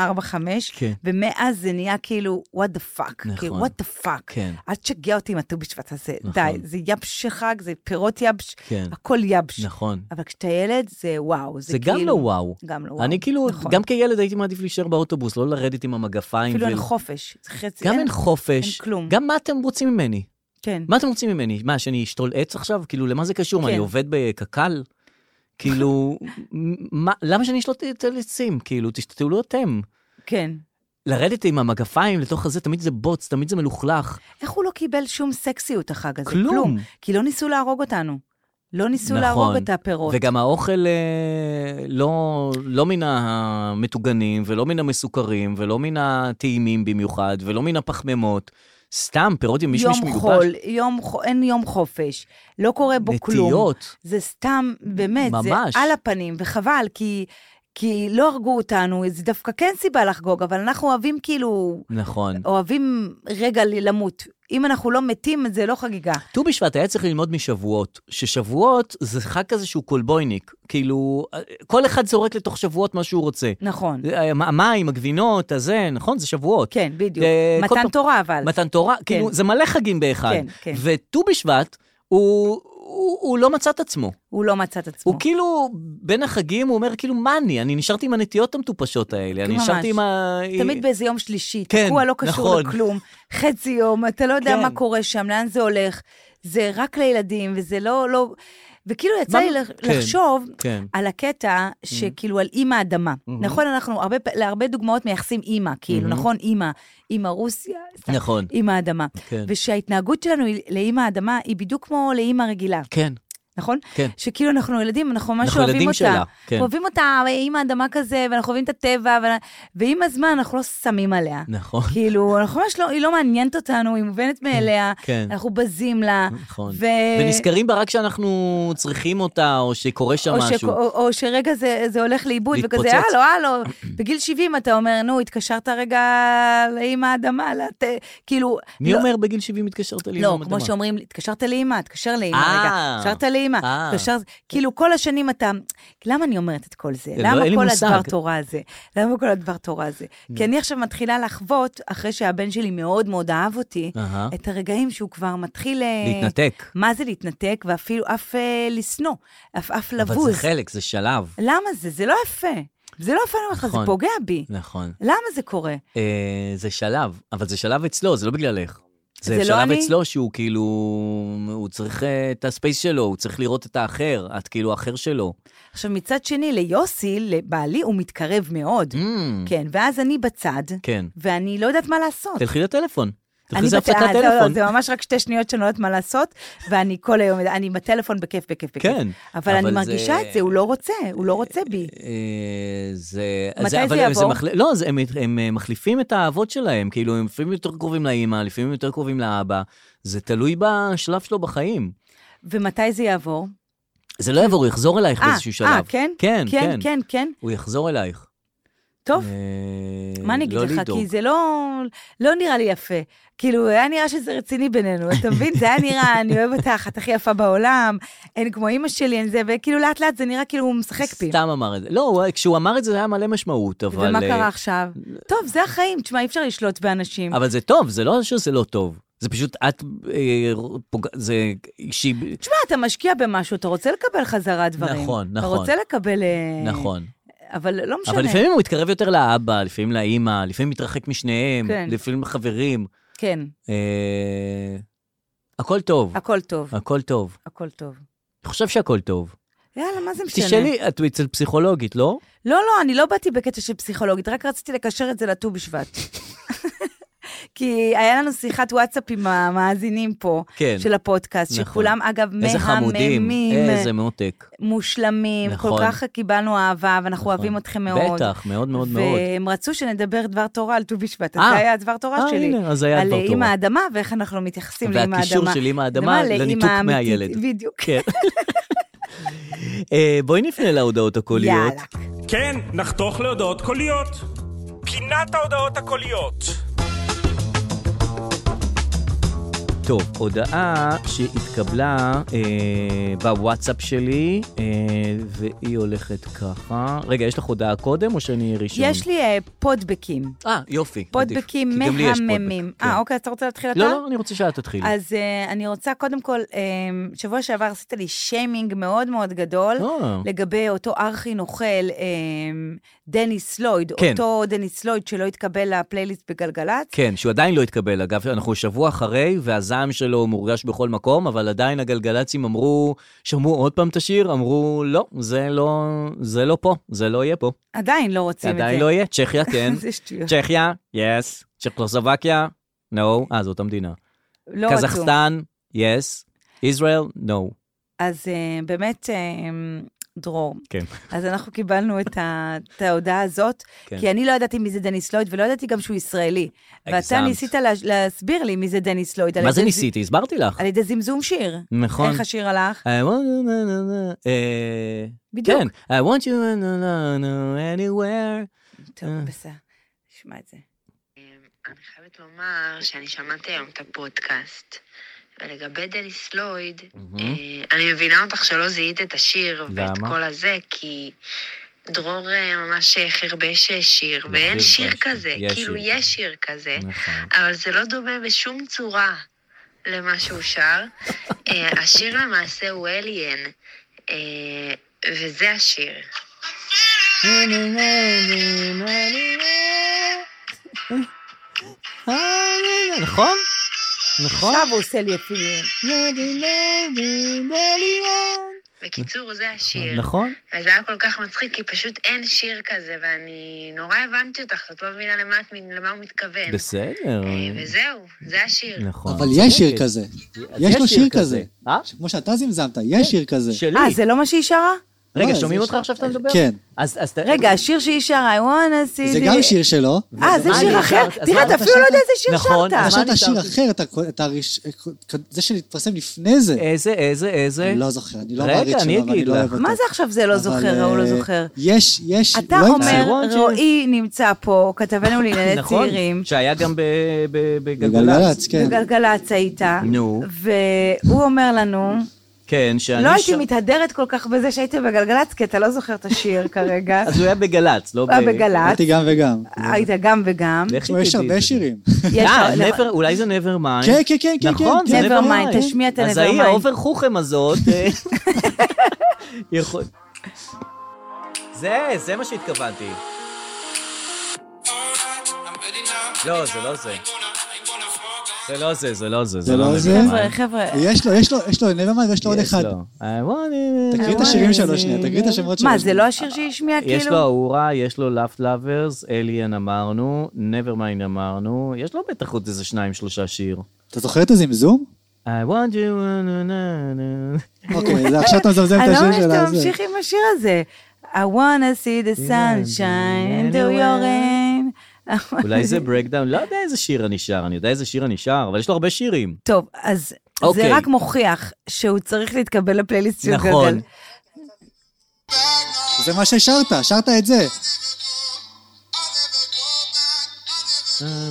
כן. ומאז זה נהיה כאילו, what the fuck, כאילו, נכון. what the fuck. כן. אל תשגע אותי עם הט"ו בשבט הזה, נכון. די, זה יבש של חג, זה פירות יבש, כן. הכל יבש. נכון. אבל כשאתה ילד, זה וואו, זה זה כאילו... גם לא וואו. גם לא וואו. אני כאילו, נכון. גם כילד הייתי מעדיף להישאר באוטובוס, לא לרדת עם המגפיים. אפילו אין ול- חופש. זה חצי- גם אין חופש. אין כלום. גם מה אתם רוצים ממני? כן. מה אתם רוצים ממני? מה, שאני אשתול עץ עכשיו? כאילו, למה זה קשור? מה, כן. אני עובד בקק"ל? (laughs) כאילו, מה, למה שאני אשלוט את הלצים? כאילו, תשתתו אתם. כן. לרדת עם המגפיים לתוך הזה, תמיד זה בוץ, תמיד זה מלוכלך. איך הוא לא קיבל שום סקסיות, החג הזה? כלום. כי לא ניסו להרוג אותנו. לא ניסו נכון. להרוג את הפירות. וגם האוכל אה, לא, לא מן המטוגנים, ולא מן המסוכרים, ולא מן הטעימים במיוחד, ולא מן הפחמימות. סתם, פירות עם מישמיש יום מיובש. חול, יום, ח- אין יום חופש, לא קורה בו כלום. נטיות. זה סתם, באמת, ממש. זה על הפנים, וחבל, כי, כי לא הרגו אותנו, זה דווקא כן סיבה לחגוג, אבל אנחנו אוהבים כאילו, נכון. אוהבים רגע ל- למות. אם אנחנו לא מתים, זה לא חגיגה. ט"ו בשבט היה צריך ללמוד משבועות, ששבועות זה חג כזה שהוא קולבויניק. כאילו, אה, כל אחד זורק לתוך שבועות מה שהוא רוצה. נכון, אה, המ- המים, הגבינות, הזה, נכון? זה שבועות. כן, בדיוק. אה, כל מתן פעם- תורה, אבל. מתן תורה, כאילו, זה מלא חגים באחד. כן, כן. וט"ו בשבט הוא... הוא, הוא לא מצא את עצמו. הוא לא מצא את עצמו. הוא כאילו, בין החגים, הוא אומר, כאילו, מה אני? אני נשארתי עם הנטיות המטופשות האלה, אני ממש. נשארתי עם ה... תמיד באיזה יום שלישי, אה, כן, תקוע לא קשור נכון. לכלום, חצי יום, אתה לא יודע כן. מה קורה שם, לאן זה הולך, זה רק לילדים, וזה לא, לא... וכאילו יצא מה- לי לח- כן, לחשוב כן. Mm-hmm. על הקטע שכאילו על אימא אדמה. נכון, אנחנו הרבה, פ- להרבה דוגמאות מייחסים אימא, כאילו, נכון, אימא, אימא רוסיה, סתם, Mm-hmm. נכון. אימא אדמה. כן. ושההתנהגות שלנו היא- לאימא אדמה היא בדיוק כמו לאימא רגילה, כן, נכון? כן. שכאילו אנחנו ילדים, אנחנו ממש אנחנו אוהבים ילדים אותה. שלה, כן. אוהבים אותה, עם האדמה כזה, ואנחנו אוהבים את הטבע, ו... ועם הזמן אנחנו לא שמים עליה. נכון. כאילו, אנחנו ממש לא, היא לא מעניינת אותנו, היא מובנת מאליה, כן. אנחנו בזים לה. נכון. ו... ונזכרים בה רק כשאנחנו צריכים אותה, או שקורה שם או, ש... משהו. או, או שרגע זה, זה הולך לאיבוד, וכזה, להתפוצץ. הלו, הלו, בגיל 70 אתה אומר, נו, התקשרת רגע לאמא האדמה, לת... כאילו... מי לא, אומר בגיל 70 התקשרת לי? לא, עם כמו המתנה? שאומרים, התקשרת לאמא, תקשר לאמא, אה. רגע, התקשרת לאמא, אה. התקשר... כאילו, כל השנים אתה... למה אני אומרת את כל זה? כן, לא, למה אין לי כל מושג. לא. הדבר תורה הזה? למה כל הדבר תורה הזה? כי אני עכשיו מתחילה לחוות, אחרי שהבן שלי מאוד מאוד אהב אותי, אהה. את הרגעים שהוא כבר מתחיל... אה, להתנתק. מה זה להתנתק? ואפילו אף אה, לשנוא, אף אף לבוז. אבל זה חלק, זה שלב. למה זה? זה לא יפה. זה לא יפה אני אומרת לך, זה נכון. פוגע בי. נכון. למה זה קורה? אה, זה שלב, אבל זה שלב אצלו, זה לא בגללך. זה, זה לא שלב אני? אצלו שהוא כאילו, הוא צריך אה, את הספייס שלו, הוא צריך לראות את האחר, את כאילו האחר שלו. עכשיו, מצד שני, ליוסי, לבעלי, הוא מתקרב מאוד. Mm, כן, ואז אני בצד, כן. ואני לא יודעת מה לעשות. תלכי לטלפון. תלכי אני לזה בת- הפסקת אה, לא, לא, טלפון. זה ממש רק שתי שניות שאני לא יודעת מה לעשות, ואני כל היום, אני בטלפון בכיף, בכיף, בכיף. כן, אבל אבל אני זה- מרגישה את זה, הוא לא רוצה, אוקיי. הוא לא רוצה בי. אה, זה... מתי זה אבל יעבור? מחל- לא, זה, הם, הם אה, מחליפים את האהבות שלהם, כאילו, הם לפעמים יותר קרובים לאימא, לפעמים יותר קרובים לאבא. זה תלוי בשלב שלו בחיים. ומתי זה יעבור? זה לא יעבור, הוא יחזור אלייך אה, באיזשהו שלב. אה, כן? כן, כן, כן, כן. הוא יחזור אלייך. טוב, אה, מה אני אגיד לא לך? לדאוג. כי זה לא, לא נראה לי יפה. כאילו, היה נראה שזה רציני בינינו, אתה מבין? זה היה נראה, אני אוהב אותך, את הכי יפה בעולם, אין כמו אימא שלי, אין זה, וכאילו לאט לאט זה נראה כאילו הוא משחק בי. סתם אמר את זה. לא, הוא- כשהוא אמר את זה, זה היה מלא משמעות, אבל... ומה אה, קרה עכשיו? טוב, זה החיים, תשמע, אי אפשר לשלוט באנשים. אבל זה טוב, זה לא שזה לא טוב. זה פשוט את, אה, פוג... זה אישי, תשמע, אתה משקיע במשהו, אתה רוצה לקבל חזרה דברים. נכון, אתה נכון. רוצה לקבל... אה, נכון. אבל לא משנה. אבל לפעמים הוא מתקרב יותר לאבא, לפעמים לאימא, לפעמים מתרחק משניהם, כן. לפעמים חברים. כן, אה, הכל טוב, הכל טוב, הכל טוב. הכל טוב. אני חושב שהכל טוב. יאללה, מה זה לא משנה? תשאלי, את אצל פסיכולוגית, לא? לא, לא, אני לא באתי בקטע של פסיכולוגית, רק רציתי לקשר את זה לט"ו בשבט. (laughs) כי היה לנו שיחת וואטסאפ עם המאזינים פה, כן. של הפודקאסט, נכון. שכולם אגב איזה חמודים, מהממים, איזה (laughs) מותק. מושלמים, נכון. כל כך קיבלנו אהבה, ואנחנו נכון. אוהבים אתכם מאוד. בטח, מאוד מאוד מאוד. והם רצו שנדבר דבר תורה על ט"ו בשבט, אז אה. זה היה דבר תורה אה, שלי. הנה, אז זה היה דבר על תורה. אימא האדמה ואיך אנחנו מתייחסים לאימא האדמה. והקישור של אימא האדמה לאימא לניתוק האמיתית, מהילד. בדיוק. כן. אה, בואי נפנה להודעות הקוליות. יאללה. כן, נחתוך להודעות קוליות. פינת ההודעות הקוליות. טוב, הודעה שהתקבלה אה, בוואטסאפ שלי, אה, והיא הולכת ככה. רגע, יש לך הודעה קודם או שאני ראשון? יש לי אה, פודבקים. אה, יופי. פודבקים עדיף, כי גם לי יש פודבק, מהממים. כן. אה, אוקיי, אז אתה רוצה להתחיל אתה? לא, לא, אני רוצה שאת תתחילי. אז אה, אני רוצה, קודם כל, אה, שבוע שעבר עשית לי שיימינג מאוד מאוד גדול, אה. לגבי אותו ארכי נוכל, אה, דניס לויד, כן. אותו דניס לויד שלא התקבל לפלייליסט בגלגלצ. כן, שהוא עדיין לא התקבל, אגב, אנחנו שבוע אחרי, והזעם שלו מורגש בכל מקום, אבל עדיין הגלגלצים אמרו, שמעו עוד פעם את השיר, אמרו, לא, זה לא, זה לא פה, זה לא יהיה פה. עדיין לא רוצים את זה. עדיין לא יהיה, צ'כיה כן, (laughs) זה שטויות. צ'כיה, יס, צ'כוסלובקיה, נו, אה, זאת המדינה. לא רצו. קזחסטן, יס, ישראל, נו. אז אה, באמת, אה, דרור, כן. אז אנחנו קיבלנו את ה- את ההודעה הזאת, כן. כי אני לא ידעתי מי זה דניס לויד, ולא ידעתי גם שהוא ישראלי. ואתה הגזמת. ניסית לה- להסביר לי מי זה דניס לויד. על מה זה ידי ז- ניסיתי? הסברתי לך. על ידי זמזום שיר. נכון. איך השיר הלך? I want you, na, na, na, אה, בדיוק. כן, I want you, na, na, na, na, anywhere. טוב, אה. בסדר, נשמע את זה. אמ, אני חייבת לומר שאני שמעתי היום את הפודקאסט. ולגבי דניס לויד, אה, אני מבינה אותך שלא זיהית את השיר ואת למה? כל הזה, כי דרור אה, ממש אה, חרבש אה, שיר, ואין לא חרבש. שיר כזה, יש כאילו שיר יש שיר כזה, נכון. אבל זה לא דומה בשום צורה למה שהוא שר. אה, השיר למעשה הוא אליאן, אה, וזה השיר. נכון? נכון? עכשיו הוא עושה לי אפילו... בקיצור, זה השיר. נכון? וזה היה כל כך מצחיק, כי פשוט אין שיר כזה, ואני נורא הבנתי אותך, את לא מבינה למה, את- למה הוא מתכוון. בסדר. אה, וזהו, זה השיר. נכון. אבל יש שיר צודקת. כזה. יש לו שיר כזה. אה? כמו שאתה זמזמת, כן. יש שיר כזה. שלי. אה, זה אה, לא מה שהיא שרה? רגע, לא, שומעים זה אותך שיר- עכשיו שאתה מדבר? כן. אז אז ת- רגע, השיר שהיא שרה, I wanna see... זה the- גם שיר שלו. אה, זה מה שיר אני אחר? הכרתי? אז תראה, מה אתה אתה אפילו לא יודע שרת? איזה שיר נכון, שרת. אז מה פשוט השיר נשארתי? אחר, את הכ- את הראש- זה שנתפרסם לפני זה. איזה, איזה, איזה? כן. אני לא זוכר, אני לא אה, רגע, מעריץ אני שלו, ואני אגיד לא לך. אוהב אותו. מה זה עכשיו זה לא אבל, זוכר, ההוא לא אה, זוכר? יש, יש, אתה לא אומר, המצאו. צעירון ש- רועי נמצא פה, כתבנו לענייני נכון, צעירים, שהיה גם ב- ב- אה, בגלגלצ. בגלגלצ, כן. בגלגלצ היית, נו. והוא אומר לנו, כן, שאני לא הייתי שר- מתהדרת כל כך בזה שהיית בגלגלצ, כי אתה לא זוכר את השיר כרגע. (laughs) אז הוא היה בגל"צ, לא ב... הוא היה בגל"צ, הייתי גם וגם. היית גם וגם. ואיך תשמעו, יש שיפיתי את הרבה אה, זה? שירים. (laughs) יש אה, עוד- never- אולי זה never mind. כן, כן, כן, כן, נכון, כן. זה Never never mind, mind. תשמיע את אז ה-never ההיא, mind. האובר חוכם הזאת, אה, (laughs) יכול... זה, זה מה שהתכוונתי. לא, זה לא זה. זה לא זה, זה לא זה. זה לא never זה? mind. חבר'ה, אה, חבר'ה, יש לו, יש לו, יש לו, נברמן, ויש לו עוד יש אחד. לו. I want it, תקריא I את want השירים it. שלו שנייה, תקריא את השמות שלו. מה, זה לא השיר שהיא השמיעה, אה, יש לו כאילו? אהורה, יש לו לאפט לאברס, אליאן אמרנו, nevermind אמרנו, יש לו בטח עוד איזה שניים, שלושה שיר. אתה זוכר (laughs) את הזמזום? I want you... na, na, na, na. אוקיי, אז עכשיו אתה מזמזם את אני לא השיר מבינה של שאתה הזה. ממשיך עם השיר הזה. I wanna see the sunshine into your rain. I wanna- אולי זה ברקדאון, לא יודע איזה שיר אני שר, אני יודע איזה שיר אני שר, אבל יש לו הרבה שירים. (laughs) טוב, אז אוקיי. זה רק מוכיח שהוא צריך להתקבל לפלייליסט של גדל. נכון. זה מה ששרת, שרת את זה. לא,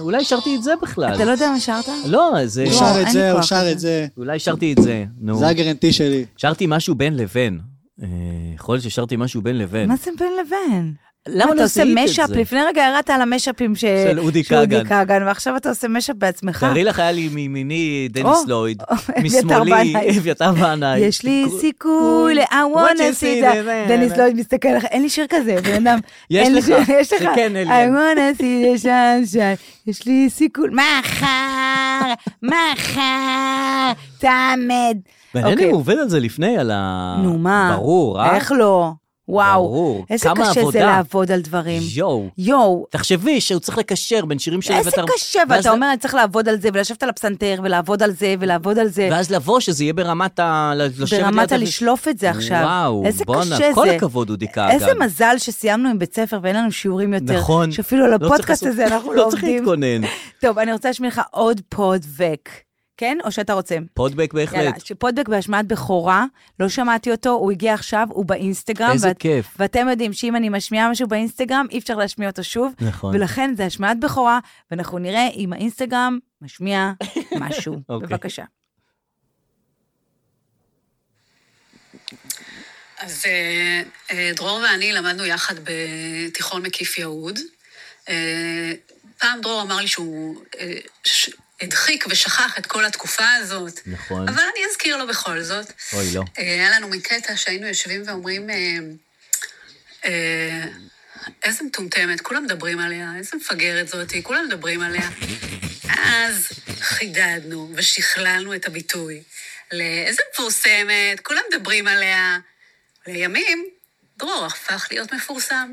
אולי שרתי את זה בכלל. אתה לא יודע מה שרת? לא, זה... הוא לא, שר אין את לי זה, הוא כוח לזה. שר את זה. אולי שרתי את זה, נו. זה הגרנטי שלי. שרתי משהו בין לבין. אה, יכול להיות ששרתי משהו בין לבין. מה זה בין לבין? למה אתה לא עושה זיהית את משאפ? זה? לפני רגע ירדת על המשאפים ש... של אודי של אודי כגן. כגן, ועכשיו אתה עושה משאפ בעצמך. תארי לך, היה לי מימיני דניס או, לויד, או, אביתר משמאלי בנאי. אביתר בנאי. יש לי כל- סיכוי ל-I What you wanna see see that. the- דניס לויד מסתכל עליך, אין לי שיר כזה, (laughs) בן אדם. יש אין לי לך, שיר- יש זה לך. כן, I אליאן. wanna see the sunshine, יש לי סיכוי. מחר, מחר, תעמד. מעניין אוקיי. אם הוא עובד על זה לפני, על ה... נו מה? ברור, אה? איך לא? וואו. ברור. איזה כמה קשה זה עבודה. לעבוד על דברים. יואו. יואו. תחשבי שהוא צריך לקשר בין שירים של איזה אביתר... קשה, ואז ואתה ל- אומר, אני צריך לעבוד על זה, ולשבת על הפסנתר, ולעבוד על זה, ולעבוד על זה. ואז לבוא, שזה יהיה ברמת ה... ל- לשבת ליד ברמת אבי- הלשלוף את זה עכשיו. וואו, איזה בואנה, קשה כל זה. הכבוד, לא אודי כגן. איזה מזל שסיימנו עם בית ספר ואין לנו שיעורים יותר. נכון. שאפילו על לא צריך הפודקאסט לעשות- הזה אנחנו לא (laughs) לא צריך עובדים. להתכונן. טוב, אני רוצה להשמיע לך עוד פודבק. כן? או שאתה רוצה? פודבק יאללה, בהחלט. שפודבק בהשמעת בכורה, לא שמעתי אותו, הוא הגיע עכשיו, הוא באינסטגרם. איזה כיף. ואתם יודעים שאם אני משמיעה משהו באינסטגרם, אי אפשר להשמיע אותו שוב. נכון. ולכן זה השמעת בכורה, ואנחנו נראה אם האינסטגרם (laughs) משמיע משהו. אוקיי. בבקשה. אז אה, אה, דרור ואני למדנו יחד בתיכון מקיף יהוד. אה, פעם דרור אמר לי שהוא אה, ש- הדחיק ושכח את כל התקופה הזאת. נכון. אבל אני אזכיר לו בכל זאת. אוי, לא. אה, היה לנו מקטע שהיינו יושבים ואומרים, אה, אה, איזה מטומטמת, כולם מדברים עליה, איזה מפגרת זאתי, כולם מדברים עליה. אז חידדנו ושכללנו את הביטוי לאיזה מפורסמת, כולם מדברים עליה. לימים, דרור הפך להיות מפורסם.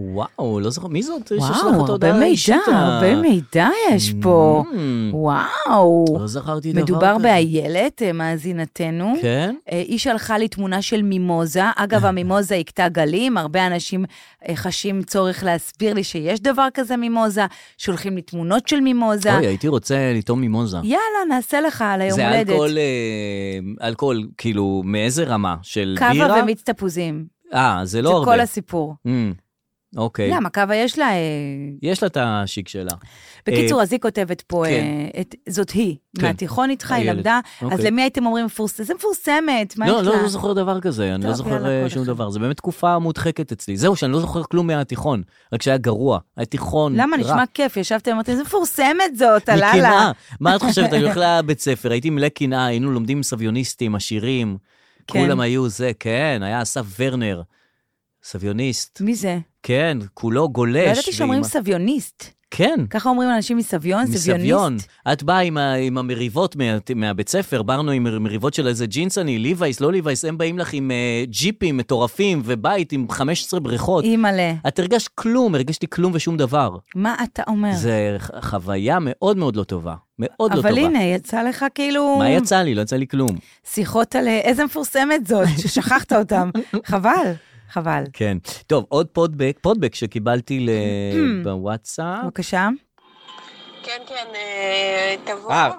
וואו, לא זוכר, מי זאת? שיש לך את וואו, ההודעה הרבה מידע, האישית ה- הרבה מידע יש פה. אה, Mm, וואו. לא זכרתי דבר כזה. מדובר באיילת, אה, מאזינתנו. כן? אה. אה, היא שלחה לי תמונה של מימוזה. אגב, המימוזה הכתה גלים, הרבה אנשים אה, חשים צורך להסביר לי שיש דבר כזה מימוזה, שולחים לי תמונות של מימוזה. אוי, הייתי רוצה לטעום מימוזה. יאללה, נעשה לך על היום זה הולדת. אלכוהול, אה, אלכוהול, כאילו, מאיזה רמה? של בירה? קאבה ומיץ תפוזים. אה, זה לא זה הרבה. כל הסיפור. Mm, אוקיי. למה? קווה יש לה... אה, יש לה את השיק שלה. בקיצור, אז היא כותבת פה, כן. אה, את- זאת היא, כן. מהתיכון איתך, היא הילד. למדה, אז אוקיי. למי הייתם אומרים מפורסמת? זה מפורסמת, מה יש לא, לה? לא, לא זוכר דבר כזה, אני טוב, לא זוכר יאללה, אה, כל שום אחד. דבר. זה באמת תקופה מודחקת אצלי. זהו, שאני לא זוכר כלום מהתיכון, רק שהיה גרוע. היה תיכון למה? רע. נשמע כיף, ישבתם, אמרתם, זה מפורסמת זאת, הלאללה. מקנאה. מה את חושבת? אני הולך לבית ספר, הייתי מלא קנאה, היינו לומדים סביוניסטים, עשירים. כן. כולם היו זה, כן, היה אסף ורנר, סביוניסט. מי זה? כן, כולו גולש. לא ידעתי שאומרים ועם ה- סביוניסט. כן. ככה אומרים אנשים מסביון, מסביון. סביוניסט. את באה עם, ה, עם המריבות מה, מהבית ספר, באנו עם מר- מריבות של איזה ג'ינסני, ליווייס, לא ליווייס, הם באים לך עם uh, ג'יפים מטורפים ובית עם 15 בריכות. אימא'לה, את הרגשת כלום, הרגשתי כלום ושום דבר. מה אתה אומר? זו חוויה מאוד מאוד לא טובה. מאוד לא טובה. אה. אבל הנה, יצא לך כאילו... מה יצא לי? לא יצא לי כלום. שיחות על אה, איזה מפורסמת זאת, (laughs) ששכחת אותם. חבל, חבל. כן. טוב, עוד פודבק, פודבק שקיבלתי ל... (clears throat) בוואטסאפ. בבקשה. כן, כן, אה, תבוא, אה,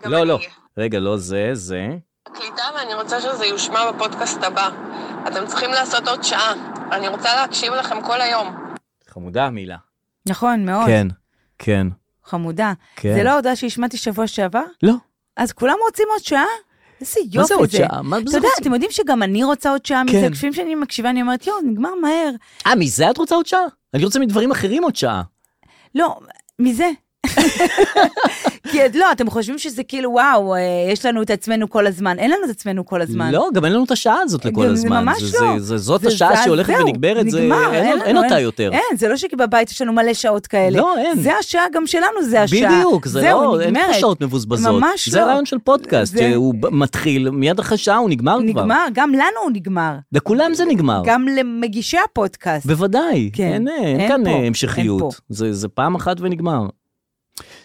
וגם לא, אני לא. רגע, לא זה, זה. הקליטה, ואני רוצה שזה יושמע בפודקאסט הבא. אתם צריכים לעשות עוד שעה. אני רוצה להקשיב לכם כל היום. חמודה המילה. נכון, מאוד. כן, כן, חמודה. כן. זה לא ההודעה שהשמעתי שבוע שעבר? לא. אז כולם רוצים עוד שעה? איזה יופי זה. מה זה עוד שעה? מה אתה זה יודע, עוד- אתם יודעים שגם אני רוצה עוד שעה מזה? כן. לפעמים כשאני מקשיבה, אני אומרת, יואו, נגמר מהר. אה, מזה את רוצה עוד שעה? אני רוצה מדברים אחרים עוד שעה. לא, מזה. כי את- לא, אתם חושבים שזה כאילו, וואו, אה, יש לנו את עצמנו כל הזמן. אין לנו את עצמנו כל הזמן. לא, גם אין לנו את השעה הזאת לכל גם- זה הזמן. ממש זה- לא. זה- זה- זאת זה- השעה זה- שהולכת זהו, ונגמרת, זה- נגמר, אין- לנו, אין אותה יותר. אין, זה לא שבבית יש לנו מלא שעות כאלה. לא, אין. זה השעה גם שלנו, זה השעה. בדיוק, זה זהו, לא, אין פה נגמרת. שעות מבוזבזות. ממש זה לא. הרעיון של פודקאסט, זה- שהוא ב- מתחיל, מיד אחרי שעה הוא נגמר כבר. אה. נגמר, גם לנו הוא נגמר. לכולם זה נגמר. גם למגישי הפודקאסט. בוודאי, כן, אין, אין, אין אין כאן פה, פה, אין המשכיות, פה. זה, זה פעם אחת ונגמר.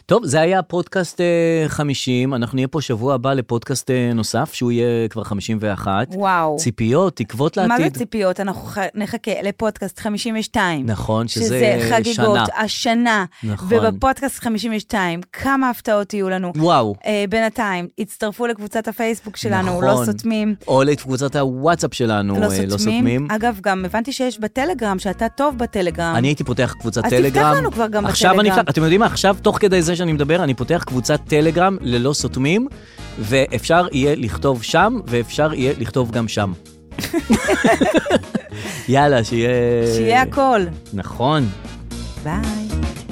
טוב, זה היה פודקאסט אה, 50, אנחנו נהיה פה שבוע הבא לפודקאסט אה, נוסף, שהוא יהיה כבר 51. וואו. ציפיות, תקוות לעתיד. מה זה ציפיות? אנחנו ח- נחכה לפודקאסט 52. נכון, שזה, שזה חגיגות, שנה. השנה. נכון. ובפודקאסט 52, כמה הפתעות יהיו לנו. וואו. אה, בינתיים, הצטרפו לקבוצת הפייסבוק שלנו, נכון. לא סותמים. או לקבוצת הוואטסאפ שלנו, לא אה, סותמים. לא סותמים. אגב, גם הבנתי שיש בטלגרם, שאתה טוב בטלגרם. אני הייתי פותח קבוצת אז תפתח טלגרם. לנו כבר גם עכשיו אני בטלגרם. אפתח, אתם יודעים מה, עכשיו, תוך כדי זה שאני מדבר, אני פותח קבוצת טלגרם ללא סותמים, ואפשר יהיה לכתוב שם, ואפשר יהיה לכתוב גם (laughs) שם. יאללה, שיהיה... אה, שיהיה הכל. נכון. ביי.